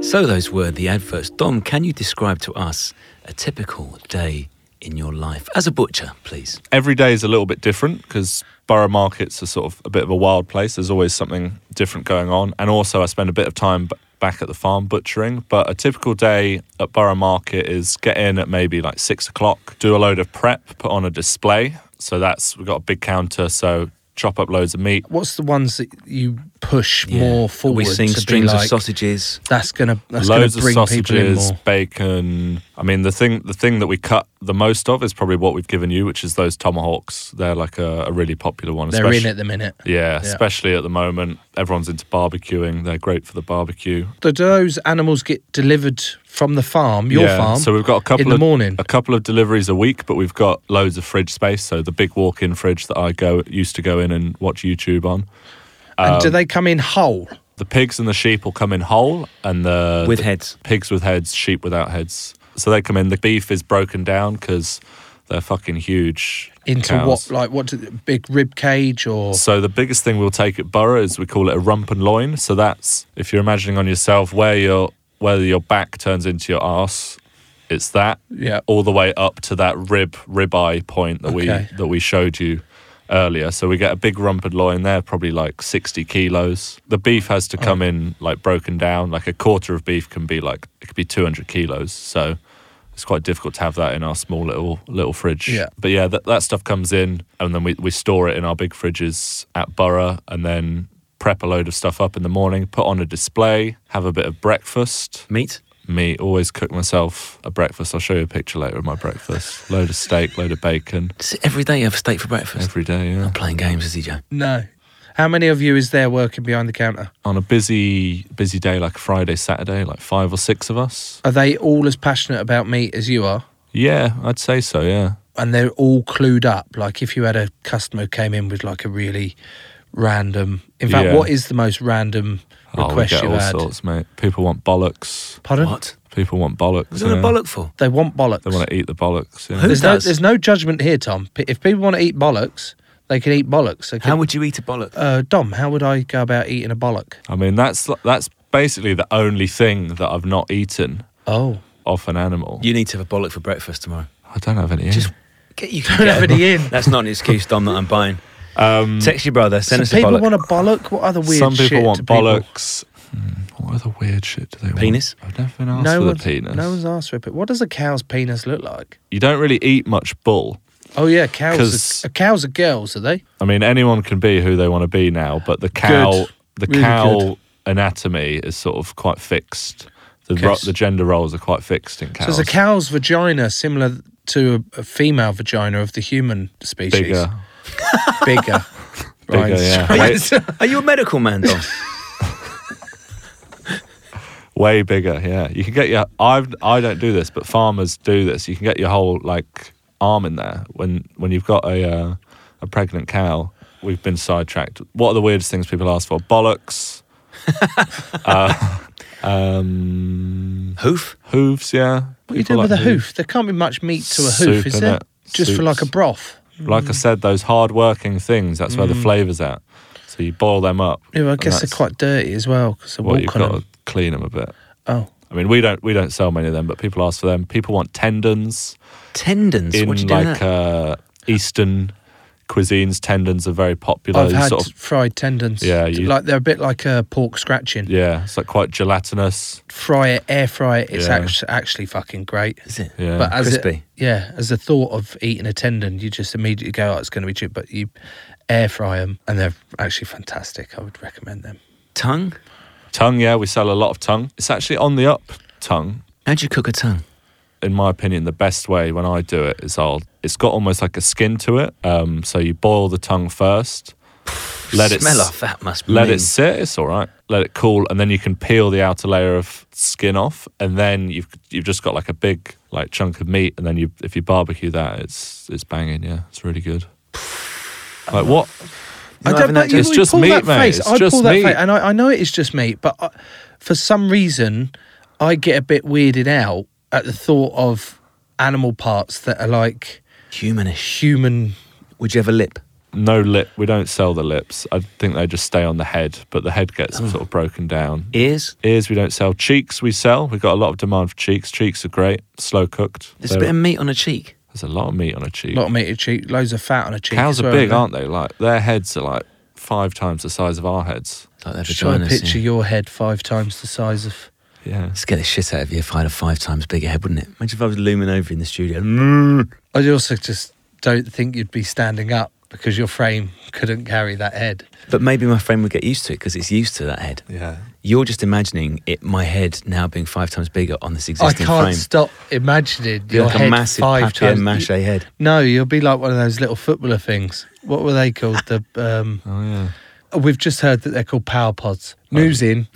Speaker 5: So those were the adverts. Dom, can you describe to us a typical day in your life as a butcher, please?
Speaker 6: Every day is a little bit different because borough markets are sort of a bit of a wild place. There's always something different going on. And also, I spend a bit of time b- back at the farm butchering. But a typical day at borough market is get in at maybe like six o'clock, do a load of prep, put on a display. So that's, we've got a big counter. So chop up loads of meat.
Speaker 4: What's the ones that you push more forward?
Speaker 5: we sing
Speaker 4: to be
Speaker 5: strings
Speaker 4: like,
Speaker 5: of sausages.
Speaker 4: That's gonna that's
Speaker 6: loads
Speaker 4: gonna bring
Speaker 6: of
Speaker 4: people in
Speaker 6: sausages,
Speaker 4: more.
Speaker 6: bacon. I mean, the thing the thing that we cut the most of is probably what we've given you, which is those tomahawks. They're like a, a really popular one.
Speaker 4: They're in
Speaker 6: especially-
Speaker 4: at the minute. Yeah.
Speaker 6: Yeah, especially at the moment, everyone's into barbecuing. They're great for the barbecue.
Speaker 4: Do those animals get delivered from the farm, your
Speaker 6: yeah,
Speaker 4: farm?
Speaker 6: So we've got a couple
Speaker 4: in the
Speaker 6: of,
Speaker 4: morning.
Speaker 6: a couple of deliveries a week, but we've got loads of fridge space. So the big walk-in fridge that I go used to go in and watch YouTube on.
Speaker 4: and do
Speaker 6: Um,
Speaker 4: they come in whole?
Speaker 6: The pigs and the sheep will come in whole, and the
Speaker 4: With
Speaker 6: the
Speaker 4: heads.
Speaker 6: Pigs with heads, sheep without heads. So they come in. The beef is broken down because they're fucking huge.
Speaker 4: Into
Speaker 6: cows.
Speaker 4: what like what do, big rib cage or
Speaker 6: So the biggest thing we'll take at Borough is we call it a rump and loin. So that's if you're imagining on yourself where your whether your back turns into your ass, it's that.
Speaker 4: Yeah.
Speaker 6: All the way up to that rib ribeye point that
Speaker 4: Okay.
Speaker 6: we that we showed you earlier. So we get a big rump and loin there, probably like sixty kilos. The beef has to come in like broken down. Like a quarter of beef can be like it could be two hundred kilos. So it's quite difficult to have that in our small little little fridge.
Speaker 4: Yeah.
Speaker 6: But yeah, that, that stuff comes in and then we, we store it in our big fridges at Borough and then prep a load of stuff up in the morning, put on a display, have a bit of breakfast.
Speaker 5: Meat?
Speaker 6: Meat. Always cook myself a breakfast. I'll show you a picture later of my breakfast. load of steak, load of bacon.
Speaker 5: Every day you have steak for breakfast.
Speaker 6: Every day, yeah. I'm
Speaker 5: playing games, is he, Joe?
Speaker 4: no? How many of you is there working behind the counter?
Speaker 6: On a busy busy day like Friday, Saturday, like five or six of us.
Speaker 4: Are they all as passionate about meat as you are?
Speaker 6: Yeah, I'd say so, yeah.
Speaker 4: and they're all clued up. Like if you had a customer who came in with like a really random. In fact,
Speaker 6: Yeah.
Speaker 4: what is the most random
Speaker 6: Oh, we
Speaker 4: request
Speaker 6: get
Speaker 4: you've
Speaker 6: all
Speaker 4: had?
Speaker 6: sorts, mate. People want bollocks.
Speaker 4: Pardon? What?
Speaker 6: People want bollocks.
Speaker 4: Is that a
Speaker 6: yeah.
Speaker 4: bollock for? They want bollocks.
Speaker 6: They want to eat the bollocks. Yeah.
Speaker 4: there's no there's no judgment here, Tom. P- If people want to eat bollocks, they can eat bollocks. They
Speaker 5: How
Speaker 4: can-
Speaker 5: would you eat a bollock?
Speaker 4: uh, Dom? How would I go about eating a bollock?
Speaker 6: I mean, that's that's basically the only thing that I've not eaten.
Speaker 4: Oh.
Speaker 6: Off an animal.
Speaker 5: You need to have a bollock for breakfast tomorrow.
Speaker 6: I don't have any.
Speaker 5: Just
Speaker 4: get
Speaker 5: you
Speaker 4: don't have any in.
Speaker 5: That's not an excuse, Dom, that I'm buying. Text your brother, send us
Speaker 4: so
Speaker 5: a
Speaker 4: people
Speaker 5: bollock.
Speaker 4: want a bollock. What other weird
Speaker 6: Some
Speaker 4: shit?
Speaker 6: people want
Speaker 4: do
Speaker 6: bollocks. Hmm, what other weird shit do they
Speaker 5: Penis?
Speaker 6: want? I've never been asked
Speaker 4: no
Speaker 6: for
Speaker 4: one's,
Speaker 6: the penis.
Speaker 4: No one's asked for it. But what does a cow's penis look like?
Speaker 6: You don't really eat much bull.
Speaker 4: Oh yeah, cows.
Speaker 6: 'Cause-
Speaker 4: Are, uh, cows are girls, are they?
Speaker 6: I mean, anyone can be who they want to be now, but the cow, the
Speaker 4: Really
Speaker 6: cow
Speaker 4: good.
Speaker 6: anatomy is sort of quite fixed. The,
Speaker 4: Okay,
Speaker 6: ro-
Speaker 4: so-
Speaker 6: the gender roles are quite fixed in cows.
Speaker 4: So is a cow's vagina similar to a, a female vagina of the human species?
Speaker 6: Bigger.
Speaker 4: Bigger. right.
Speaker 6: Bigger, yeah.
Speaker 4: Right.
Speaker 6: Way,
Speaker 5: Are you a medical man, Dom?
Speaker 6: way bigger, yeah. You can get your I've I don't do this, but farmers do this. You can get your whole like arm in there when when you've got a uh, a pregnant cow. We've been sidetracked. What are the weirdest things people ask for? Bollocks. uh, um,
Speaker 5: hoof.
Speaker 6: Hooves,
Speaker 4: What
Speaker 6: yeah.
Speaker 4: are you
Speaker 6: People
Speaker 4: doing with a
Speaker 6: like
Speaker 4: hoof? There can't be much meat to a hoof,
Speaker 6: Soup,
Speaker 4: is there?
Speaker 6: innit?
Speaker 4: Just for like a
Speaker 6: Soups.
Speaker 4: broth.
Speaker 6: Like I said, those hard-working things. That's where the
Speaker 4: Mm.
Speaker 6: flavour's at. So you boil them up.
Speaker 4: Yeah, well, I
Speaker 6: and
Speaker 4: guess they're
Speaker 6: that's
Speaker 4: quite dirty as well because they
Speaker 6: What you've
Speaker 4: walk on
Speaker 6: got
Speaker 4: 'em.
Speaker 6: to clean them a bit.
Speaker 4: Oh.
Speaker 6: I mean, we don't we don't sell many of them, but people ask for them. People want tendons.
Speaker 5: Tendons?
Speaker 6: in
Speaker 5: What you doing
Speaker 6: like
Speaker 5: that?
Speaker 6: uh, Eastern cuisines, tendons are very popular.
Speaker 4: I've
Speaker 6: You
Speaker 4: had
Speaker 6: sort of-
Speaker 4: fried tendons.
Speaker 6: Yeah, you-
Speaker 4: like they're a bit like a pork scratching.
Speaker 6: yeah, it's like quite gelatinous.
Speaker 4: Fry it, air fry it. It's
Speaker 6: Yeah.
Speaker 4: act- actually fucking great. Is
Speaker 5: it?
Speaker 6: Yeah.
Speaker 4: But as it-
Speaker 6: Crispy.
Speaker 4: yeah, as the thought of eating a tendon, you just immediately go, "Oh, it's going to be cheap." But you air fry them, and they're actually fantastic. I would recommend them.
Speaker 5: Tongue?
Speaker 6: Tongue, yeah, we sell a lot of tongue. It's actually on the up. Tongue,
Speaker 5: How'd you cook a tongue?
Speaker 6: in my opinion, the best way when I do it is I'll. It's got almost like a skin to it. Um, so you boil the tongue first. Let it
Speaker 5: Smell
Speaker 6: s-
Speaker 5: off, that must be
Speaker 6: Let
Speaker 5: mean.
Speaker 6: it sit. It's all right. Let it cool, and then you can peel the outer layer of skin off, and then you've you've just got like a big like chunk of meat, and then you if you barbecue that, it's it's banging. Yeah, it's really good. Like what?
Speaker 4: I don't know.
Speaker 6: it's just
Speaker 4: pull
Speaker 6: meat,
Speaker 4: that
Speaker 6: mate.
Speaker 4: face.
Speaker 6: It's
Speaker 4: I
Speaker 6: just
Speaker 4: pull
Speaker 6: meat.
Speaker 4: that face, and I, I know it is just meat, but I, for some reason, I get a bit weirded out at the thought of animal parts that are like
Speaker 5: humanish.
Speaker 4: Human.
Speaker 5: Would you have a lip?
Speaker 6: No lip. We don't sell the lips. I think they just stay on the head, but the head gets sort of broken down.
Speaker 5: Ears?
Speaker 6: Ears we don't sell. Cheeks we sell. We've got a lot of demand for cheeks. Cheeks are great, slow cooked.
Speaker 5: There's a bit of meat on a cheek.
Speaker 6: There's a lot of meat on a cheek.
Speaker 4: lot of meat, cheek, loads of fat on a cheek.
Speaker 6: Cows
Speaker 4: as
Speaker 6: are
Speaker 4: well,
Speaker 6: big, aren't they? Like their heads are like five times the size of our heads.
Speaker 5: Like
Speaker 4: Just Try and picture your head five times the size of.
Speaker 6: Yeah.
Speaker 5: Let's get the shit out of you if I had a five times bigger head, wouldn't it? Imagine if I was looming over in the studio.
Speaker 4: Mm. I also just don't think you'd be standing up because your frame couldn't carry that head.
Speaker 5: But maybe my frame would get used to it because it's used to that head.
Speaker 6: Yeah.
Speaker 5: You're just imagining it, my head now being five times bigger on this existing
Speaker 4: I can't
Speaker 5: frame.
Speaker 4: stop imagining
Speaker 5: Be
Speaker 4: your
Speaker 5: like a
Speaker 4: head
Speaker 5: massive
Speaker 4: five
Speaker 5: papier
Speaker 4: times.
Speaker 5: mâché head.
Speaker 4: No, you'll be like one of those little footballer things. What were they called? The um,
Speaker 6: oh yeah.
Speaker 4: We've just heard that they're called power pods.
Speaker 5: Oh.
Speaker 4: News in.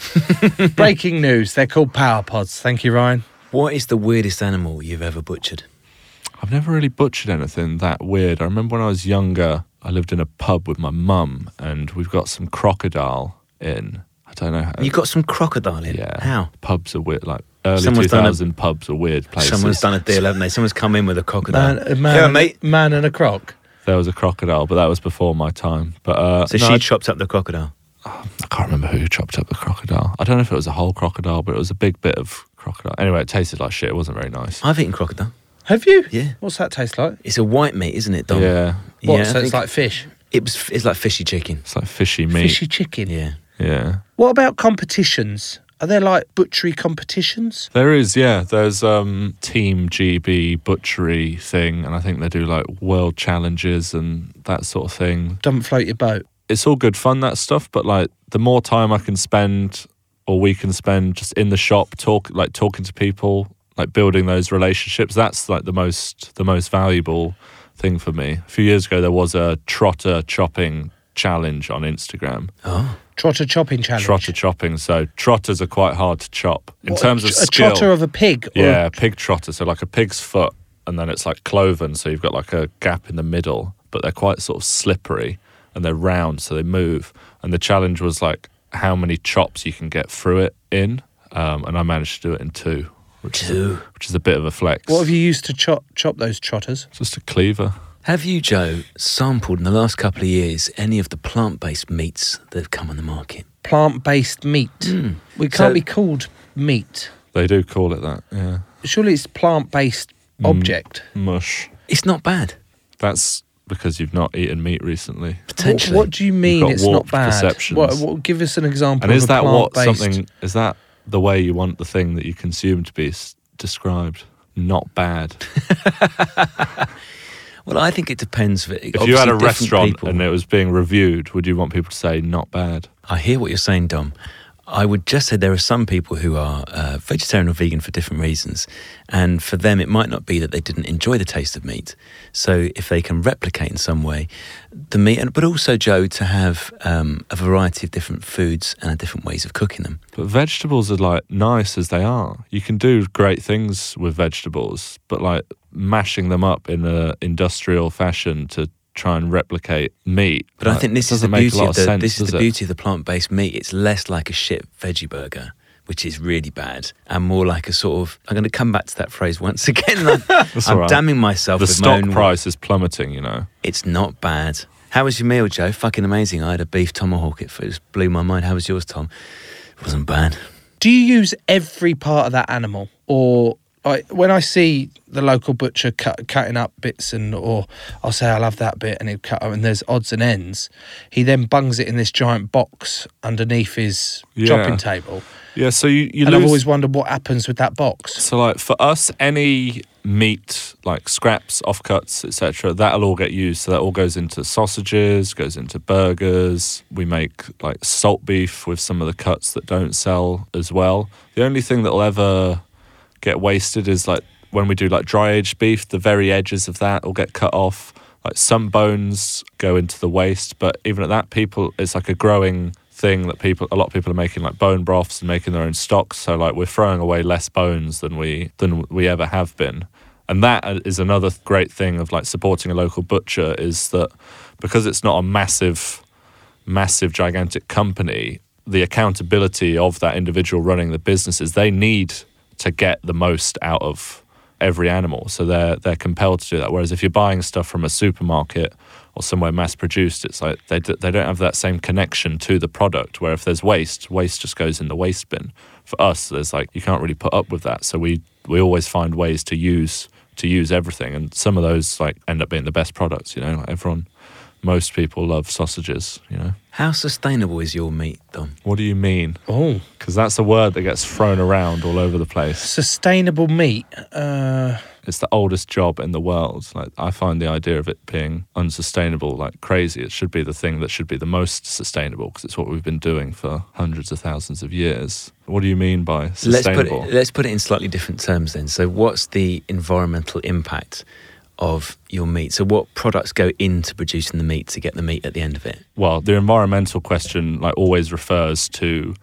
Speaker 4: Breaking news. They're called power pods. Thank you, Ryan.
Speaker 5: What is the weirdest animal you've ever butchered?
Speaker 6: I've never really butchered anything that weird. I remember when I was younger, I lived in a pub with my mum, and we've got some crocodile in. I don't know. How,
Speaker 5: You've got some crocodile in.
Speaker 6: yeah.
Speaker 5: How?
Speaker 6: Pubs are weird. Like early two
Speaker 5: Someone's done a-
Speaker 6: thousand pubs are weird places.
Speaker 5: Someone's done a deal, haven't they? Someone's come in with a crocodile.
Speaker 4: Man, a man,
Speaker 5: yeah,
Speaker 4: and a-
Speaker 5: mate.
Speaker 4: man and a croc.
Speaker 6: There was a crocodile, but that was before my time. But uh,
Speaker 5: So
Speaker 6: no,
Speaker 5: she
Speaker 6: I-
Speaker 5: chopped up the crocodile.
Speaker 6: I can't remember who chopped up the crocodile. I don't know if it was a whole crocodile, but it was a big bit of crocodile. Anyway, it tasted like shit. It wasn't very nice.
Speaker 5: I've eaten crocodile.
Speaker 4: Have you?
Speaker 5: Yeah.
Speaker 4: What's that taste like?
Speaker 5: It's a white meat, isn't it, Dom?
Speaker 6: Yeah,
Speaker 4: What?
Speaker 5: Yeah, I
Speaker 4: so it's
Speaker 5: think-
Speaker 4: like fish.
Speaker 5: It was. It's like fishy chicken.
Speaker 6: it's like fishy meat.
Speaker 4: Fishy chicken.
Speaker 5: Yeah.
Speaker 6: Yeah.
Speaker 4: What about competitions? Are there like butchery competitions?
Speaker 6: There is, yeah. There's um Team GB butchery thing, and I think they do like world challenges and that sort of thing.
Speaker 4: Don't float your boat.
Speaker 6: It's all good fun that stuff, but like the more time I can spend or we can spend just in the shop talk like talking to people, like building those relationships, that's like the most the most valuable thing for me. A few years ago there was a trotter chopping challenge on Instagram.
Speaker 5: Oh.
Speaker 4: Trotter chopping challenge.
Speaker 6: Trotter chopping. So trotters are quite hard to chop. In
Speaker 4: What, a
Speaker 6: terms of
Speaker 4: tr- a
Speaker 6: skill.
Speaker 4: trotter of a pig. or-
Speaker 6: Yeah, pig trotter. So like a pig's foot, and then it's like cloven. So you've got like a gap in the middle, but they're quite sort of slippery and they're round, so they move. And the challenge was like how many chops you can get through it in, um, and I managed to do it in two, which is
Speaker 5: Two.
Speaker 6: a, which is a bit of a flex.
Speaker 4: What have you used to chop chop those trotters?
Speaker 6: Just a cleaver.
Speaker 5: Have you, Joe, sampled in the last couple of years any of the plant-based meats that have come on the market?
Speaker 4: Plant based meat.
Speaker 6: Hmm.
Speaker 4: We can't
Speaker 5: So-
Speaker 4: be called meat.
Speaker 6: They do call it that. Yeah,
Speaker 4: Surely it's plant based
Speaker 6: Hmm.
Speaker 4: object.
Speaker 6: mush.
Speaker 5: It's not bad.
Speaker 6: That's because you've not eaten meat recently.
Speaker 4: What,
Speaker 5: Potentially.
Speaker 4: what do you mean
Speaker 6: got
Speaker 4: it's not
Speaker 6: warped
Speaker 4: bad?
Speaker 6: perceptions.
Speaker 4: What, what, give us an example.
Speaker 6: And is
Speaker 4: of a
Speaker 6: that what
Speaker 4: plant-based-
Speaker 6: something? Is that the way you want the thing that you consume to be s- described? Not bad.
Speaker 5: Well, I think it depends. If
Speaker 6: If you had a restaurant and it was being reviewed, would you want people to say not bad?
Speaker 5: I hear what you're saying, Dom. I would just say there are some people who are uh, vegetarian or vegan for different reasons. And for them, it might not be that they didn't enjoy the taste of meat. So if they can replicate in some way the meat, and, but also, Joe, to have um, a variety of different foods and different ways of cooking them.
Speaker 6: But vegetables are like nice as they are. You can do great things with vegetables, but like mashing them up in a industrial fashion to try and replicate meat.
Speaker 5: But I
Speaker 6: like,
Speaker 5: think this is the
Speaker 6: doesn't make
Speaker 5: beauty
Speaker 6: a lot
Speaker 5: of the,
Speaker 6: sense,
Speaker 5: this is
Speaker 6: does
Speaker 5: the
Speaker 6: it?
Speaker 5: beauty of the plant-based meat. It's less like a shit veggie burger, which is really bad, and more like a sort of. I'm going to come back to that phrase once again. I'm,
Speaker 6: That's
Speaker 5: I'm
Speaker 6: all right.
Speaker 5: damning myself.
Speaker 6: The
Speaker 5: with my
Speaker 6: stock
Speaker 5: own
Speaker 6: price is plummeting. You know.
Speaker 5: It's not bad. How was your meal, Joe? Fucking amazing. I had a beef tomahawk. It just blew my mind. How was yours, Tom? It wasn't bad.
Speaker 4: Do you use every part of that animal, or like when I see the local butcher cut, cutting up bits, and or I'll say I'll have that bit, and he'll cut up, and there's odds and ends. He then bungs it in this giant box underneath his
Speaker 6: Yeah.
Speaker 4: chopping table,
Speaker 6: Yeah. So you you
Speaker 4: and I've
Speaker 6: lose-
Speaker 4: always wondered what happens with that box.
Speaker 6: So, like for us, any meat, like scraps, offcuts, etc., that'll all get used. So that all goes into sausages, goes into burgers. We make like salt beef with some of the cuts that don't sell as well. The only thing that'll ever get wasted is like when we do like dry aged beef, the very edges of that will get cut off. Like some bones go into the waste, but even at that, people it's like a growing thing that people a lot of people are making like bone broths and making their own stocks. So like we're throwing away less bones than we than we ever have been. And that uh, is another great thing of like supporting a local butcher is that because it's not a massive massive, gigantic company, the accountability of that individual running the business is they need to get the most out of every animal. So they're they're compelled to do that. Whereas if you're buying stuff from a supermarket or somewhere mass produced, it's like they d- they don't have that same connection to the product. Where if there's waste, waste just goes in the waste bin. For us, there's like you can't really put up with that. So we we always find ways to use to use everything, and some of those like end up being the best products. You know, like everyone most people love sausages, you know.
Speaker 5: How sustainable is your meat, Dom?
Speaker 6: What do you mean? Oh. Because that's a word that gets thrown around all over the place.
Speaker 4: Sustainable meat. Uh,
Speaker 6: It's the oldest job in the world. Like I find the idea of it being unsustainable like crazy. It should be the thing that should be the most sustainable because it's what we've been doing for hundreds of thousands of years. What do you mean by
Speaker 5: Let's put
Speaker 6: sustainable?
Speaker 5: it, let's put it in slightly different terms then. So, what's the environmental impact of your meat? So, what products go into producing the meat to get the meat at the end of it?
Speaker 6: well, the environmental question like always refers to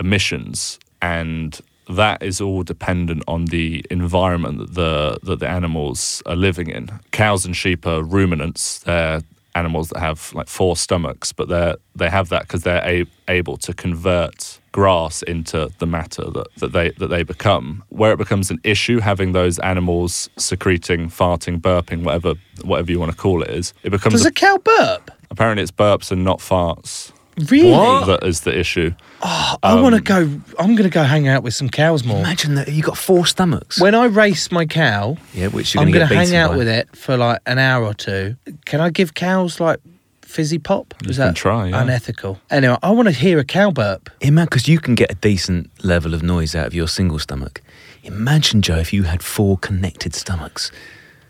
Speaker 6: emissions, and that is all dependent on the environment that the that the animals are living in. Cows and sheep are ruminants; they're animals that have like four stomachs, but they they have that because they're a- able to convert grass into the matter that, that they that they become. Where it becomes an issue, having those animals secreting, farting, burping, whatever whatever you want to call it is, it becomes
Speaker 4: does
Speaker 6: a-
Speaker 4: a cow burp?
Speaker 6: Apparently, it's burps and not farts.
Speaker 4: Really? What?
Speaker 6: That is the issue.
Speaker 4: Oh, I want to go. I'm going to go hang out with some cows more.
Speaker 5: Imagine that you got four stomachs.
Speaker 4: When I race my cow,
Speaker 5: Yeah, which you're
Speaker 4: I'm
Speaker 5: going to get
Speaker 4: going to hang
Speaker 5: beaten
Speaker 4: out
Speaker 5: by.
Speaker 4: with it for like an hour or two. Can I give cows like fizzy pop?
Speaker 5: You can try, yeah.
Speaker 4: unethical? Anyway, I want to hear a cow burp.
Speaker 5: Imagine because you can get a decent level of noise out of your single stomach. Imagine, Joe, if you had four connected stomachs,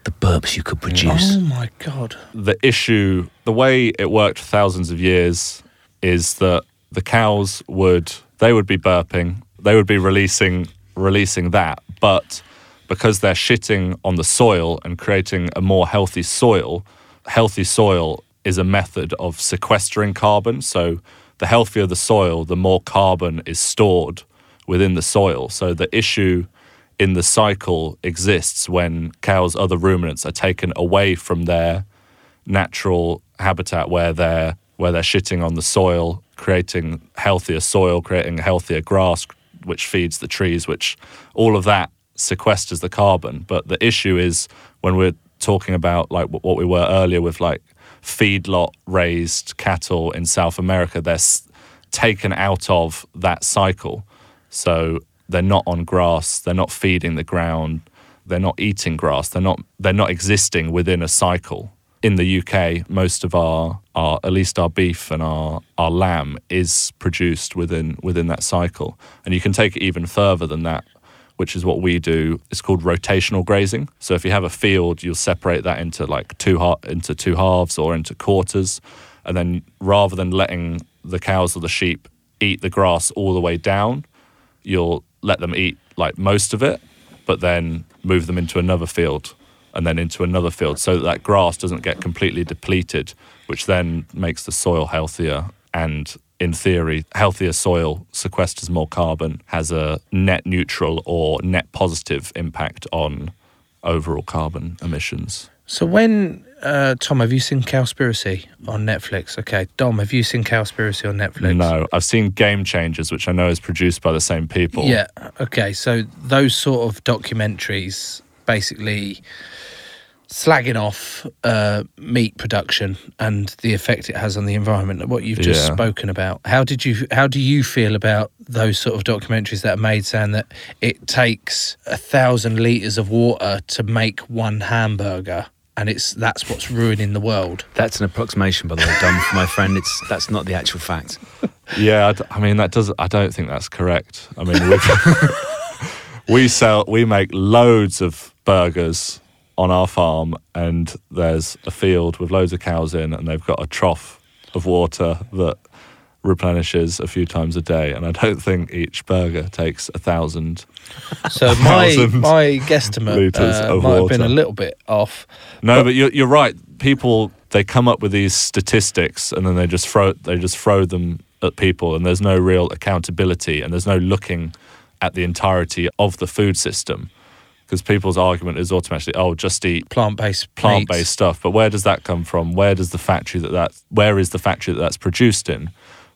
Speaker 5: the burps you could produce.
Speaker 4: Oh my god!
Speaker 6: The issue, the way it worked for thousands of years, is that the cows would they would be burping, they would be releasing releasing that, but because they're shitting on the soil and creating a more healthy soil, healthy soil is a method of sequestering carbon. So the healthier the soil, the more carbon is stored within the soil. So the issue in the cycle exists when cows, other ruminants, are taken away from their natural habitat where they're where they're shitting on the soil, creating healthier soil, creating healthier grass, which feeds the trees, which all of that sequesters the carbon. But the issue is when we're talking about like wh- what we were earlier with like feedlot raised cattle in South America, they're s- taken out of that cycle. So they're not on grass, they're not feeding the ground, they're not eating grass, they're not they're not existing within a cycle. In the UK, most of our, our at least our beef and our, our lamb is produced within within that cycle. And you can take it even further than that, which is what we do. It's called rotational grazing. So if you have a field, you'll separate that into like two ha- into two halves or into quarters. And then rather than letting the cows or the sheep eat the grass all the way down, you'll let them eat like most of it, but then move them into another field and then into another field so that, that grass doesn't get completely depleted, which then makes the soil healthier. And in theory, healthier soil sequesters more carbon, has a net neutral or net positive impact on overall carbon emissions.
Speaker 4: So when uh, Tom, have you seen Cowspiracy on Netflix? Okay, Dom, have you seen Cowspiracy on Netflix?
Speaker 6: No, I've seen Game Changers, which I know is produced by the same people.
Speaker 4: Yeah. Okay. So those sort of documentaries basically slagging off uh, meat production and the effect it has on the environment. What you've just
Speaker 6: Yeah.
Speaker 4: spoken about. How did you? How do you feel about those sort of documentaries that are made saying that it takes a thousand liters of water to make one hamburger? And it's that's what's ruining the world.
Speaker 5: That's an approximation, by the way, Dom, for my friend. It's that's not the actual fact.
Speaker 6: Yeah, I d- I, mean that does. I don't think that's correct. I mean, we, we sell, we make loads of burgers on our farm, and there's a field with loads of cows in, and they've got a trough of water that replenishes a few times a day. And I don't think each burger takes a thousand.
Speaker 4: So my
Speaker 6: Thousand
Speaker 4: my guesstimate
Speaker 6: litres
Speaker 4: uh,
Speaker 6: of
Speaker 4: might have been
Speaker 6: water.
Speaker 4: a little bit off.
Speaker 6: No, but, you're, you're right. people they come up with these statistics and then they just throw they just throw them at people and there's no real accountability and there's no looking at the entirety of the food system because people's argument is automatically oh just eat
Speaker 4: plant-based
Speaker 6: plant-based stuff but where does that come from where does the factory that that where is the factory that that's produced in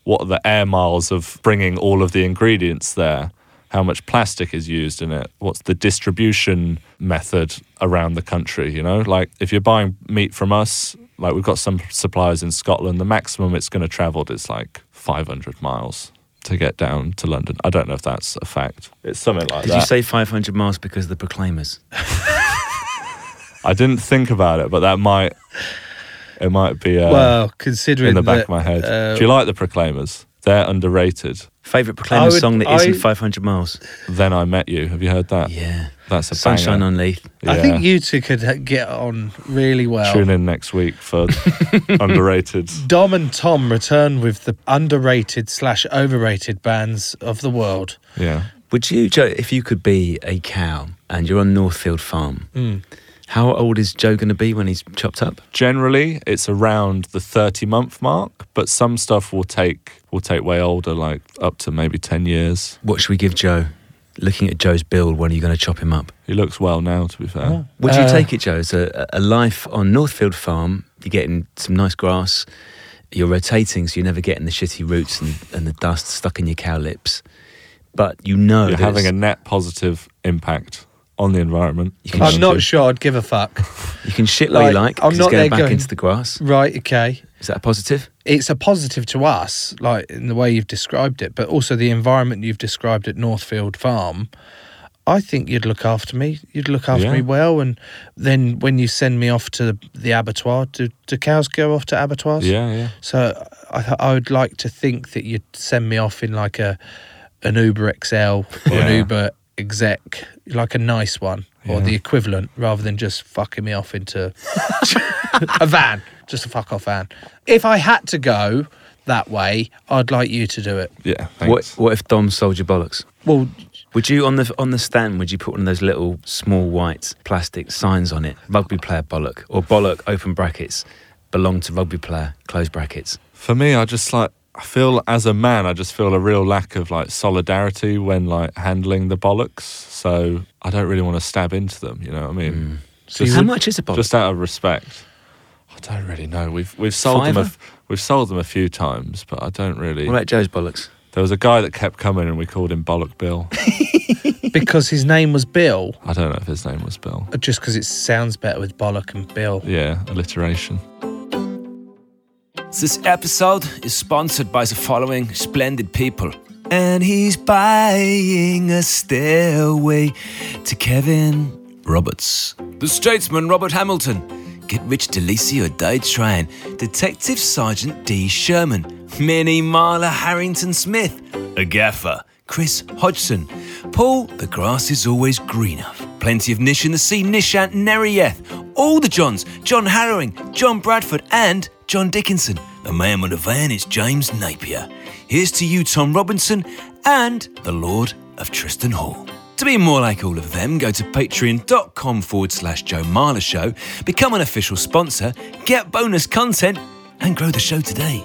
Speaker 6: what are the air miles of bringing all of the ingredients there how much plastic is used in it what's the distribution method around the country you know like if you're buying meat from us like we've got some suppliers in Scotland the maximum it's going to travel is like 500 miles to get down to London I don't know if that's a fact it's something like
Speaker 5: Did
Speaker 6: that
Speaker 5: you say 500 miles because of the Proclaimers?
Speaker 6: I didn't think about it, but that might it might be uh,
Speaker 4: Well, considering
Speaker 6: in the back
Speaker 4: that,
Speaker 6: of my head.
Speaker 4: uh,
Speaker 6: Do you like the Proclaimers? They're underrated.
Speaker 5: Favorite Proclaimers song that isn't 500 miles.
Speaker 6: Then I met you. Have you heard that?
Speaker 5: Yeah,
Speaker 6: that's a
Speaker 5: Sunshine
Speaker 6: banger.
Speaker 5: on Leith.
Speaker 4: I
Speaker 6: Yeah.
Speaker 4: think you two could uh, get on really well.
Speaker 6: Tune in next week for underrated.
Speaker 4: Dom and Tom return with the underrated slash overrated bands of the world.
Speaker 6: Yeah.
Speaker 5: Would you, Joe, if you could be a cow and you're on Northfield Farm, how old is Joe going to be when he's chopped up?
Speaker 6: Generally, it's around the 30 month mark, but some stuff will take will take way older, like up to maybe 10 years.
Speaker 5: What should we give Joe? Looking at Joe's build, when are you going to chop him up?
Speaker 6: He looks well now, to be fair.
Speaker 5: Would you
Speaker 6: Uh,
Speaker 5: take it, Joe? It's a, a life on Northfield Farm. You're getting some nice grass. You're rotating, so you're never getting the shitty roots and, and the dust stuck in your cow lips. But you know
Speaker 6: You're
Speaker 5: that
Speaker 6: having a
Speaker 5: it's-
Speaker 6: net positive impact on the environment.
Speaker 4: I'm not sure I'd give a fuck.
Speaker 5: you can shit where you like. 'cause it's going
Speaker 4: there
Speaker 5: back into the grass.
Speaker 4: Right, okay.
Speaker 5: Is that a positive?
Speaker 4: It's a positive to us, like in the way you've described it, but also the environment you've described at Northfield Farm. I think you'd look after me. You'd look after
Speaker 6: Yeah.
Speaker 4: me well, and then when you send me off to the abattoir, do, do cows go off to abattoirs?
Speaker 6: Yeah, yeah.
Speaker 4: So I, I would like to think that you'd send me off in like a an Uber XL or
Speaker 6: Yeah.
Speaker 4: an Uber exec, like a nice one or
Speaker 6: Yeah.
Speaker 4: the equivalent, rather than just fucking me off into a van, just a fuck off van. If I had to go that way, I'd like you to do it.
Speaker 6: Yeah.
Speaker 5: What What if Dom sold your bollocks?
Speaker 4: Well,
Speaker 5: would you on the on the stand? Would you put one of those little small white plastic signs on it? Rugby player bollock or bollock open brackets belong to rugby player close brackets.
Speaker 6: for me, I just like I feel as a man, I just feel a real lack of like solidarity when like handling the bollocks. So I don't really want to stab into them. You know what I mean?
Speaker 4: Mm.
Speaker 5: So you How would- much is a bollock?
Speaker 6: Just out of respect. I don't really know. We've we've sold them. A,
Speaker 5: Fiver?
Speaker 6: f- we've sold them a few times, but I don't really.
Speaker 5: What about Joe's bollocks?
Speaker 6: There was a guy that kept coming, and we called him Bollock Bill.
Speaker 4: because his name was Bill,
Speaker 6: I don't know if his name was Bill.
Speaker 4: just because it sounds better with bollock and Bill.
Speaker 6: Yeah, alliteration.
Speaker 7: This episode is sponsored by the following splendid people. And he's buying a stairway to Kevin Roberts. The statesman Robert Hamilton. Get Rich DeLisi or Die Trying. Detective Sergeant D. Sherman. Minnie Marla Harrington Smith. A gaffer. Chris Hodgson. Paul, the grass is always greener. Plenty of Nish in the Sea, Nishant Nerieth. All the Johns, John Harrowing, John Bradford, and John Dickinson. The man on the van is James Napier. Here's to you, Tom Robinson, and the Lord of Tristan Hall. To be more like all of them, go to patreon.com forward slash Joe Marler Show, become an official sponsor, get bonus content, and grow the show today.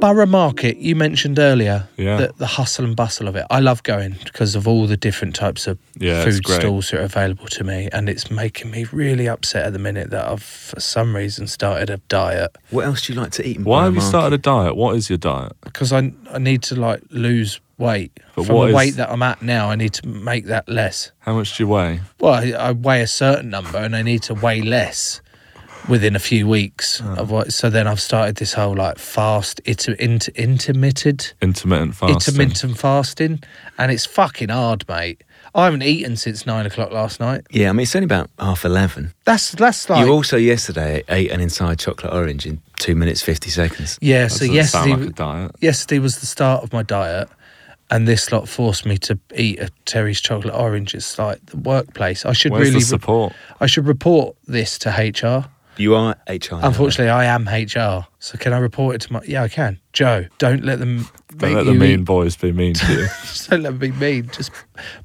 Speaker 4: Borough Market, you mentioned earlier
Speaker 6: Yeah.
Speaker 4: the, the hustle and bustle of it. I love going because of all the different types of
Speaker 6: Yeah, it's
Speaker 4: food
Speaker 6: great.
Speaker 4: stalls that are available to me, and it's making me really upset at the minute that I've, for some reason, started a diet
Speaker 5: What else do you like to
Speaker 4: Mm,
Speaker 5: eat? in
Speaker 6: Why have you
Speaker 5: Borough
Speaker 6: started a diet? What is your diet?
Speaker 4: because I I need to like lose weight
Speaker 6: But
Speaker 4: from
Speaker 6: what
Speaker 4: the
Speaker 6: is-
Speaker 4: weight that I'm at now. I need to make that less.
Speaker 6: How much do you weigh?
Speaker 4: Well, I, I weigh a certain number, and I need to weigh less within a few weeks.
Speaker 6: Ah.
Speaker 4: Of what, so then I've started this whole like fast, it, inter, intermitted.
Speaker 6: Intermittent fasting.
Speaker 4: intermittent fasting, and it's fucking hard, mate. I haven't eaten since nine o'clock last night.
Speaker 5: Yeah, I mean it's only about half eleven.
Speaker 4: That's that's like
Speaker 5: you also yesterday ate an entire chocolate orange in two minutes fifty seconds.
Speaker 4: yeah. so yesterday,
Speaker 6: diet.
Speaker 4: yesterday was the start of my diet, and this lot forced me to eat a Terry's chocolate orange. It's like the workplace. I should
Speaker 6: Where's
Speaker 4: really
Speaker 6: the support?
Speaker 4: I should report this to HR.
Speaker 5: You are HR. now.
Speaker 4: Unfortunately, I am HR. So can I report it to my? Yeah, I can. Joe, don't let them.
Speaker 6: Don't
Speaker 4: make
Speaker 6: let the
Speaker 4: you
Speaker 6: mean
Speaker 4: eat-
Speaker 6: boys be mean to you.
Speaker 4: Just don't let them be mean. Just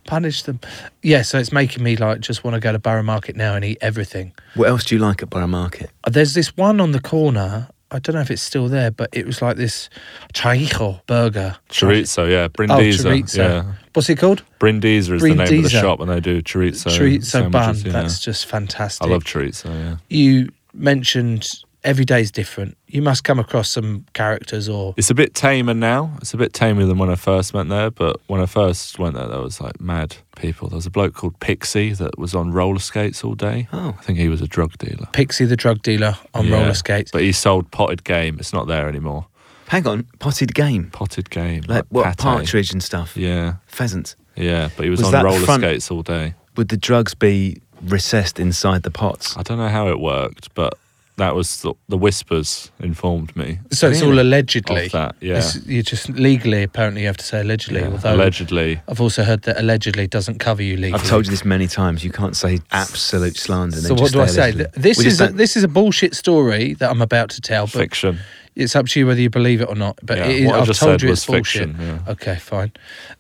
Speaker 4: punish them. Yeah. So it's making me like just want to go to Borough Market now and eat everything. Uh,
Speaker 5: What else do you like at Borough Market?
Speaker 4: There's this one on the corner. I don't know if it's still there, but it was like this chorizo burger.
Speaker 6: Chorizo, yeah.
Speaker 4: Oh,
Speaker 6: Brindisa.
Speaker 4: chorizo.
Speaker 6: Yeah.
Speaker 4: What's it called?
Speaker 6: Brindisa is the name of the
Speaker 4: Brindisa.
Speaker 6: shop, and they do chorizo.
Speaker 4: chorizo bun.
Speaker 6: sandwiches, yeah.
Speaker 4: That's just fantastic.
Speaker 6: I love chorizo, yeah.
Speaker 4: You mentioned every day's different. You must come across some characters or
Speaker 6: It's a bit tamer now. It's a bit tamer than when I first went there. But when I first went there, there was like mad people. There was a bloke called Pixie that was on roller skates all day.
Speaker 5: Oh.
Speaker 6: I think he was a drug dealer
Speaker 4: Pixie the drug dealer on
Speaker 6: Yeah.
Speaker 4: roller skates.
Speaker 6: But he sold potted game. It's not there anymore.
Speaker 5: Hang on, potted game.
Speaker 6: Potted game.
Speaker 5: Like what?
Speaker 6: pate.
Speaker 5: Partridge and stuff.
Speaker 6: Yeah,
Speaker 5: Pheasants.
Speaker 6: yeah. But he was,
Speaker 5: Was
Speaker 6: on
Speaker 5: that
Speaker 6: roller
Speaker 5: front-
Speaker 6: skates all day.
Speaker 5: Would the drugs be recessed inside the pots?
Speaker 6: I don't know how it worked, but that was the, the whispers informed me.
Speaker 4: So it's all allegedly.
Speaker 6: Of that, yeah.
Speaker 4: It's- you just legally apparently you have to say allegedly.
Speaker 6: Yeah,
Speaker 4: although
Speaker 6: allegedly.
Speaker 4: I've also heard that allegedly doesn't cover you legally.
Speaker 5: I've told you this many times. You can't say absolute slander. and
Speaker 4: So
Speaker 5: then
Speaker 4: what
Speaker 5: just
Speaker 4: do I say?
Speaker 5: allegedly.
Speaker 4: Th- This
Speaker 5: We just
Speaker 4: is a,
Speaker 5: don't-
Speaker 4: this is a bullshit story that I'm about to tell. But
Speaker 6: Fiction.
Speaker 4: It's up to you whether you believe it or not. But
Speaker 6: Yeah,
Speaker 4: it is,
Speaker 6: what I
Speaker 4: I've
Speaker 6: just
Speaker 4: told
Speaker 6: said
Speaker 4: you
Speaker 6: was
Speaker 4: it's bullshit.
Speaker 6: fiction, yeah.
Speaker 4: Okay, fine.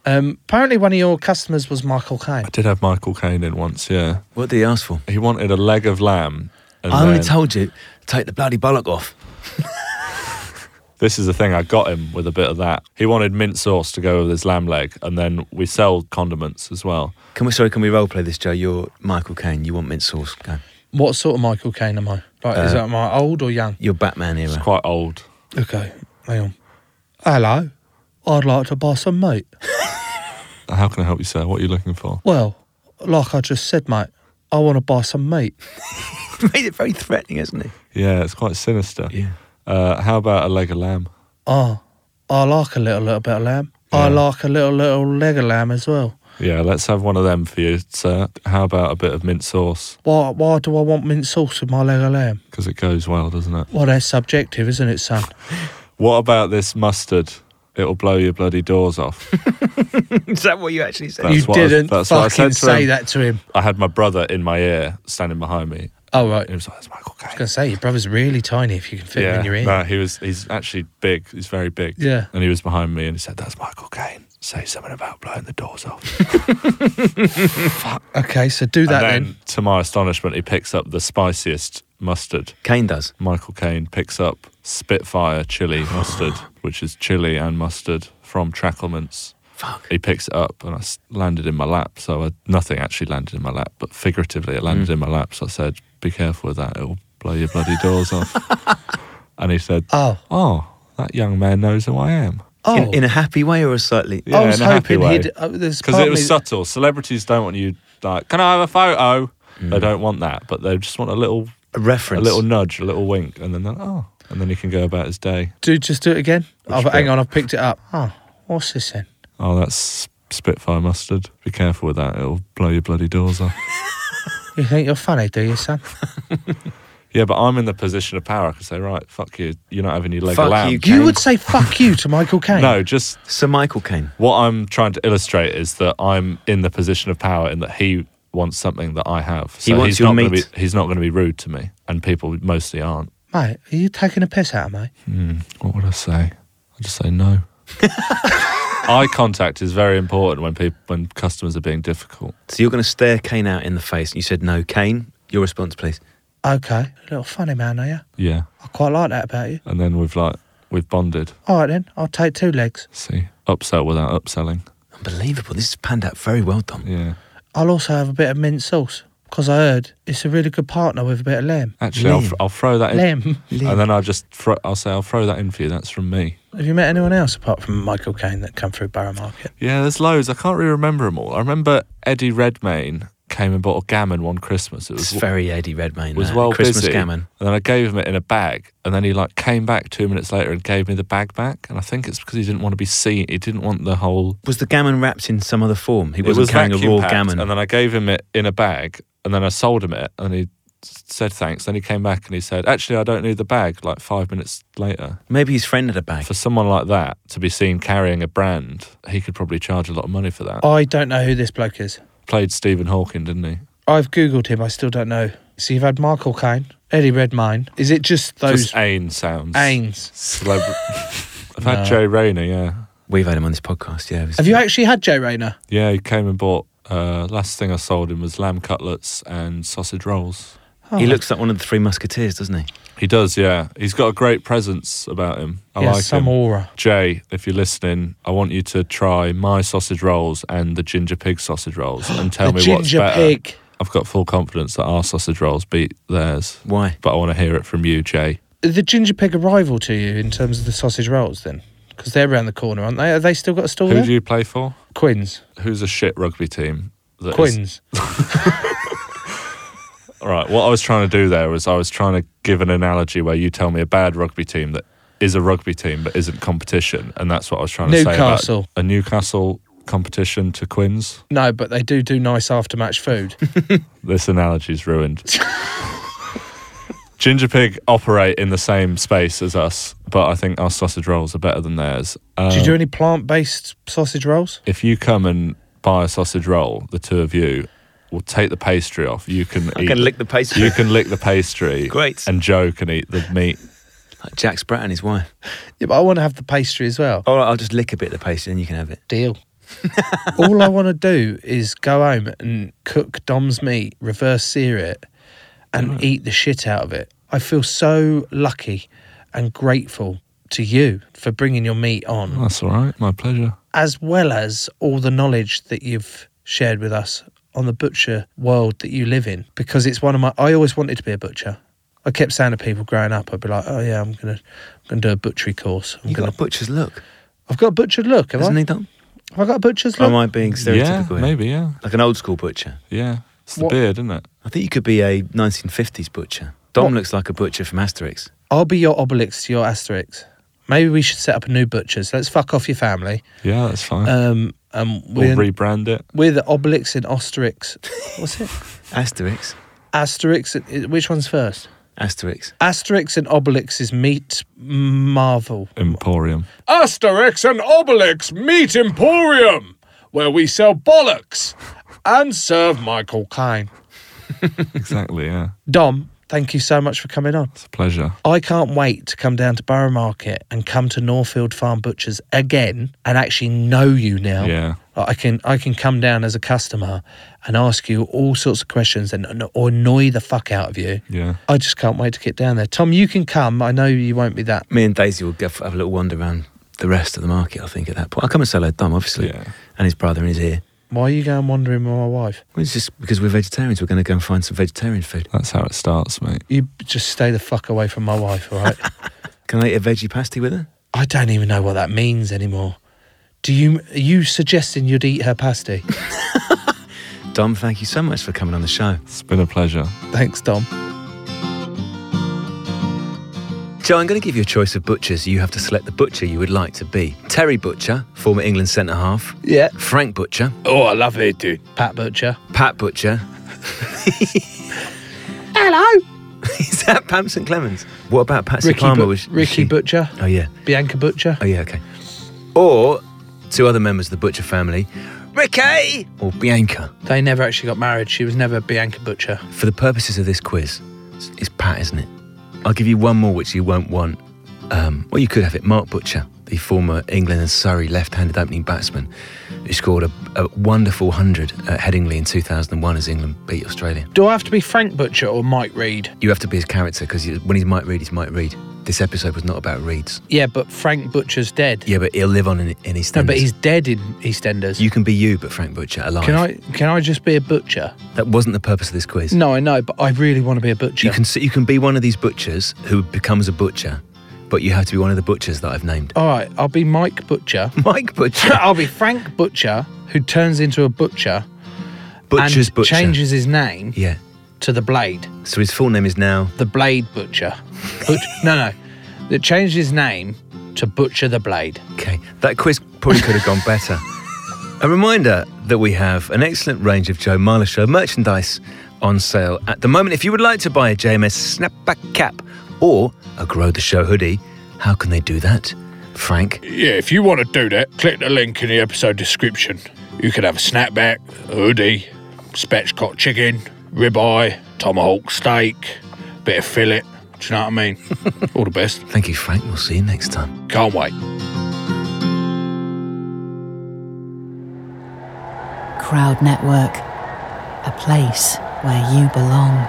Speaker 4: Um, apparently, one of your customers was Michael Caine.
Speaker 6: I did have Michael Caine in once. Yeah,
Speaker 5: What did he ask for?
Speaker 6: he wanted a leg of lamb. and
Speaker 5: I only
Speaker 6: then-
Speaker 5: told you take the bloody bollock off.
Speaker 6: This is the thing, I got him with a bit of that. He wanted mint sauce to go with his lamb leg, and then we sell condiments as well.
Speaker 5: Can we? Sorry, can we role play this, Joe? You're Michael Caine. You want mint sauce? Go.
Speaker 4: What sort of Michael Caine am I? Like, is
Speaker 5: Uh,
Speaker 4: that my old or young?
Speaker 5: You're Batman
Speaker 6: It's
Speaker 5: era.
Speaker 6: quite old.
Speaker 4: Okay, hang on. Hello, I'd like to buy some meat.
Speaker 6: How can I help you, sir? What are you looking for?
Speaker 4: Well, like I just said, mate, I want to buy some meat.
Speaker 5: Made it very threatening, hasn't it?
Speaker 6: Yeah, it's quite sinister. Yeah. Uh, how about a leg of lamb?
Speaker 4: Oh, I like a little little bit of lamb. I like a little little leg of lamb as well.
Speaker 6: Yeah, let's have one of them for you, sir. How about a bit of mint sauce?
Speaker 4: Why why do I want mint sauce with my leg of lamb?
Speaker 6: Because it goes well, doesn't it?
Speaker 4: Well, that's subjective, isn't it, son?
Speaker 6: What about this mustard? It'll blow your bloody doors off.
Speaker 5: Is that what you actually said?
Speaker 6: That's
Speaker 4: you
Speaker 6: what I-
Speaker 4: didn't
Speaker 6: that's what I
Speaker 4: fucking
Speaker 6: said to
Speaker 4: say
Speaker 6: him.
Speaker 4: that to him.
Speaker 6: I had my brother in my ear, standing behind me.
Speaker 4: Oh right,
Speaker 6: He
Speaker 4: I was
Speaker 6: was like, "That's Michael Caine."
Speaker 4: gonna say your brother's really tiny if you can fit him in your ear.
Speaker 6: No, he was. He's actually big. He's very big.
Speaker 4: Yeah.
Speaker 6: And he was behind me, and he said, "That's Michael Caine. Say something about blowing the doors off."
Speaker 4: Okay, so do that
Speaker 6: and then,
Speaker 4: then.
Speaker 6: to my astonishment, he picks up the spiciest mustard.
Speaker 5: Caine does.
Speaker 6: Michael Caine picks up Spitfire chili mustard, which is chili and mustard from Trackelman's.
Speaker 5: Fuck.
Speaker 6: He picks it up, and I s- landed in my lap. So I, nothing actually landed in my lap, but figuratively, it
Speaker 4: Mm.
Speaker 6: landed in my lap. So I said, "Be careful with that. It'll blow your bloody doors off." And he said,
Speaker 4: Oh,
Speaker 6: Oh, that young man knows who I am.
Speaker 4: oh.
Speaker 5: In, in a happy way or a slightly?
Speaker 6: Yeah,
Speaker 4: I was
Speaker 6: in a happy
Speaker 4: hoping
Speaker 6: way.
Speaker 4: he'd. Uh, there's
Speaker 6: Because
Speaker 4: part
Speaker 6: it was
Speaker 4: me-
Speaker 6: subtle. Celebrities don't want you like, can I have a photo?
Speaker 4: Mm.
Speaker 6: They don't want that, but they just want a little,
Speaker 5: A
Speaker 6: a
Speaker 5: reference.
Speaker 6: little nudge, a little wink, and then they're like, oh, and then he can go about his day.
Speaker 4: Do just do it again. I've, hang
Speaker 6: bit?
Speaker 4: on, I've picked it up. Oh, what's this then?
Speaker 6: Oh, that's Spitfire mustard. Be careful with that; it'll blow your bloody doors off.
Speaker 4: You think you're funny, do you, son?
Speaker 6: yeah, but I'm in the position of power. I can say, right, fuck you. You're not having your leg
Speaker 5: Fuck
Speaker 6: of lamb.
Speaker 5: you,
Speaker 4: You
Speaker 5: Caine.
Speaker 4: would say fuck you to Michael Caine.
Speaker 6: No, just
Speaker 5: Sir Michael Caine.
Speaker 6: what I'm trying to illustrate is that I'm in the position of power in that he wants something that I have.
Speaker 5: He
Speaker 6: So
Speaker 5: wants
Speaker 6: he's
Speaker 5: your
Speaker 6: not Gonna
Speaker 5: meat.
Speaker 6: be, he's not going to be rude to me, and people mostly aren't.
Speaker 4: Mate, are you taking a piss out of me?
Speaker 6: What would I say? I just say no. Eye contact is very important when people when customers are being difficult.
Speaker 5: So you're going to stare Caine out in the face, and you said no, Caine. Your response, please.
Speaker 4: Okay, a little funny man, are you?
Speaker 6: Yeah,
Speaker 4: I quite like that about you.
Speaker 6: and then we've like we've bonded.
Speaker 4: All right then, I'll take two legs.
Speaker 6: See, upsell without upselling.
Speaker 5: Unbelievable. This has panned out very well, Dom.
Speaker 6: Yeah,
Speaker 4: I'll also have a bit of mint sauce because I heard it's a really good partner with a bit of lamb.
Speaker 6: actually, I'll,
Speaker 5: Liam.
Speaker 6: I'll throw that in,
Speaker 4: Lamb.
Speaker 6: and then I just throw, I'll say I'll throw that in for you. That's from me.
Speaker 4: Have you met anyone else apart from Michael Caine that come through Barrow Market?
Speaker 6: Yeah, there's loads. I can't really remember them all. I remember Eddie Redmayne came and bought a gammon one Christmas. It was
Speaker 5: It's very Eddie Redmayne.
Speaker 6: It was
Speaker 5: that.
Speaker 6: well
Speaker 5: Christmas
Speaker 6: busy.
Speaker 5: gammon.
Speaker 6: And then I gave him it in a bag, and then he like came back two minutes later and gave me the bag back. And I think it's because he didn't want to be seen. He didn't want the whole.
Speaker 5: Was the gammon wrapped in some other form? He
Speaker 6: it
Speaker 5: wasn't
Speaker 6: was
Speaker 5: carrying a
Speaker 6: vacuum
Speaker 5: raw
Speaker 6: packed,
Speaker 5: gammon.
Speaker 6: And then I gave him it in a bag, and then I sold him it, and he s- said thanks. Then he came back and he said, "Actually, I don't need the bag." Like five minutes later,
Speaker 5: Maybe his friend had a bag.
Speaker 6: for someone like that to be seen carrying a brand, he could probably charge a lot of money for that.
Speaker 4: I don't know who this bloke is.
Speaker 6: Played Stephen Hawking, didn't he?
Speaker 4: I've googled him. I still don't know. So you've had Michael Caine, Eddie Redmayne. Is it just those?
Speaker 6: Just Ain sounds.
Speaker 4: Ains.
Speaker 6: Celebr- I've had
Speaker 4: No.
Speaker 6: Joe Rayner, yeah.
Speaker 5: We've had him on this podcast, yeah.
Speaker 4: Have you actually had Joe Rayner?
Speaker 6: Yeah, he came and bought. Uh, last thing I sold him was lamb cutlets and sausage rolls.
Speaker 5: He looks like one of the Three Musketeers, doesn't he?
Speaker 6: He does, yeah. He's got a great presence about him. I
Speaker 4: He has
Speaker 6: like
Speaker 4: some
Speaker 6: him.
Speaker 4: aura.
Speaker 6: Jay, if you're listening, I want you to try my sausage rolls and the ginger pig sausage rolls and tell
Speaker 4: The
Speaker 6: me what's
Speaker 4: ginger
Speaker 6: better.
Speaker 4: pig.
Speaker 6: I've got full confidence that our sausage rolls beat theirs.
Speaker 5: Why?
Speaker 6: But I want to hear it from you, Jay.
Speaker 4: Are the ginger pig a rival to you in terms of the sausage rolls then? Because they're around the corner, aren't they? Have they still got a stall
Speaker 6: Who
Speaker 4: there?
Speaker 6: do you play for?
Speaker 4: Quins.
Speaker 6: Who's a shit rugby team? that is-
Speaker 4: Quins.
Speaker 6: All right. What I was trying to do there was I was trying to give an analogy where you tell me a bad rugby team that is a rugby team but isn't competition, and that's what I was trying to say.
Speaker 4: Newcastle.
Speaker 6: about A Newcastle competition to Quins.
Speaker 4: No, but they do do nice after-match food.
Speaker 6: This analogy's ruined. Ginger Pig operate in the same space as us, but I think our sausage rolls are better than theirs.
Speaker 4: do you
Speaker 6: Um,
Speaker 4: do any plant-based sausage rolls?
Speaker 6: if you come and buy a sausage roll, the two of you will take the pastry off. You can
Speaker 5: I
Speaker 6: eat,
Speaker 5: can lick the pastry.
Speaker 6: You can lick the pastry.
Speaker 5: Great.
Speaker 6: And Joe can eat the meat.
Speaker 5: Like Jack Sprat and his wife.
Speaker 4: Yeah, but I want to have the pastry as well.
Speaker 5: All right, I'll just lick a bit of the pastry and you can have it.
Speaker 4: Deal. All I want to do is go home and cook Dom's meat, reverse sear it, and eat the shit out of it. I feel so lucky and grateful to you for bringing your meat on,
Speaker 6: That's all right. My pleasure.
Speaker 4: as well as all the knowledge that you've shared with us on the butcher world that you live in. Because it's one of my. I always wanted to be a butcher. I kept saying to people growing up, I'd be like, "Oh yeah, I'm gonna, I'm gonna do a butchery course. I'm
Speaker 5: You've got
Speaker 4: gonna,
Speaker 5: a butcher's look,
Speaker 4: I've got a butchered look. Have
Speaker 5: hasn't
Speaker 4: I?
Speaker 5: he, Dom?
Speaker 4: Have I got a butcher's
Speaker 5: Or
Speaker 4: look?
Speaker 5: Am I being stereotypical?
Speaker 6: Yeah,
Speaker 5: here?
Speaker 6: maybe. Yeah,
Speaker 5: Like an old school butcher.
Speaker 6: yeah. It's the
Speaker 4: What-
Speaker 6: beard, isn't it?
Speaker 5: I think you could be a 1950s butcher. Dom
Speaker 4: What?
Speaker 5: looks like a butcher from Asterix.
Speaker 4: I'll be your Obelix, your Asterix. Maybe we should set up a new butcher's. Let's fuck off your family.
Speaker 6: Yeah, that's fine.
Speaker 4: Um, um,
Speaker 6: we'll
Speaker 4: we're,
Speaker 6: rebrand it.
Speaker 4: we're the Obelix and Asterix. What's it?
Speaker 5: Asterix?
Speaker 4: Asterix. And, which one's first?
Speaker 5: Asterix.
Speaker 4: Asterix and Obelix is meat marvel.
Speaker 6: Emporium.
Speaker 2: Asterix and Obelix Meat Emporium, where we sell bollocks
Speaker 4: And serve Michael Kine.
Speaker 6: Exactly. Yeah,
Speaker 4: Dom, thank you so much for coming on.
Speaker 6: it's a pleasure.
Speaker 4: I can't wait to come down to Borough Market and come to Norfield Farm Butchers again and actually know you now.
Speaker 6: Yeah.
Speaker 4: Like, I can I can come down as a customer and ask you all sorts of questions and, and annoy the fuck out of you.
Speaker 6: Yeah.
Speaker 4: I just can't wait to get down there. Tom, you can come. I know you won't be that.
Speaker 5: Me and Daisy will go f- have a little wander around the rest of the market, I think, at that point. I'll come and say hello to Dom, obviously,
Speaker 6: Yeah.
Speaker 5: and his brother and his ear.
Speaker 4: Why are you going wandering with my wife?
Speaker 5: Well, it's just because we're vegetarians, we're going to go and find some vegetarian food.
Speaker 6: That's how it starts, mate.
Speaker 4: You just stay the fuck away from my wife, all right?
Speaker 5: Can I eat a veggie pasty with her?
Speaker 4: I don't even know what that means anymore. Do you are you suggesting you'd eat her pasty?
Speaker 5: Dom, thank you so much for coming on the show.
Speaker 6: It's been a pleasure.
Speaker 4: Thanks, Dom.
Speaker 5: Joe, I'm going to give you a choice of butchers. You have to select the butcher you would like to be. Terry Butcher, former England centre half.
Speaker 4: Yeah.
Speaker 5: Frank Butcher.
Speaker 8: Oh, I love it, dude.
Speaker 4: Pat Butcher.
Speaker 5: Pat Butcher.
Speaker 4: Hello.
Speaker 5: Is that Pam St Clemens? What about Patsy
Speaker 4: Ricky,
Speaker 5: Palmer?
Speaker 4: Bu-
Speaker 5: was, was
Speaker 4: Ricky
Speaker 5: she-
Speaker 4: Butcher.
Speaker 5: Oh yeah.
Speaker 4: Bianca Butcher.
Speaker 5: Oh yeah. Okay. Or two other members of the Butcher family, Ricky or Bianca.
Speaker 4: They never actually got married. She was never Bianca Butcher.
Speaker 5: For the purposes of this quiz, it's, it's Pat, isn't it? I'll give you one more, which you won't want. Um, well, you could have it. Mark Butcher, the former England and Surrey left-handed opening batsman, who scored a, a wonderful hundred at Headingley in 2001 as England beat Australia.
Speaker 4: Do I have to be Frank Butcher or Mike Reed?
Speaker 5: You have to be his character because when he's Mike Reed, he's Mike Reed. This episode was not about Reeds.
Speaker 4: Yeah, but Frank Butcher's dead.
Speaker 5: Yeah, but he'll live on in, in EastEnders.
Speaker 4: no, but he's dead in EastEnders.
Speaker 5: You can be you, but Frank Butcher alive.
Speaker 4: can I can I just be a butcher?
Speaker 5: That wasn't the purpose of this quiz.
Speaker 4: No, I know, but I really want to be a butcher.
Speaker 5: You can s- you can be one of these butchers who becomes a butcher, but you have to be one of the butchers that I've named.
Speaker 4: All right, I'll be Mike Butcher.
Speaker 5: Mike Butcher,
Speaker 4: I'll be Frank Butcher, who turns into a butcher
Speaker 5: butcher's
Speaker 4: and
Speaker 5: butcher.
Speaker 4: changes his name
Speaker 5: Yeah.
Speaker 4: to the Blade,
Speaker 5: So his full name is now.
Speaker 4: the Blade Butcher. But, no, no, that changed his name to Butcher the Blade.
Speaker 5: Okay, that quiz probably could have gone better. A reminder that we have an excellent range of Joe Marler Show merchandise on sale at the moment. If you would like to buy a JMS snapback cap or a Grow the Show hoodie, how can they do that? Frank,
Speaker 2: Yeah, if you want to do that, click the link in the episode description. You can have a snapback, a hoodie, spatchcock chicken, ribeye, tomahawk steak,
Speaker 4: bit of fillet. Do you know what I mean? All the best.
Speaker 5: Thank you, Frank. We'll see you next time.
Speaker 4: Can't wait.
Speaker 10: Crowd Network, a place where you belong.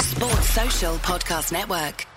Speaker 9: Sports Social Podcast Network.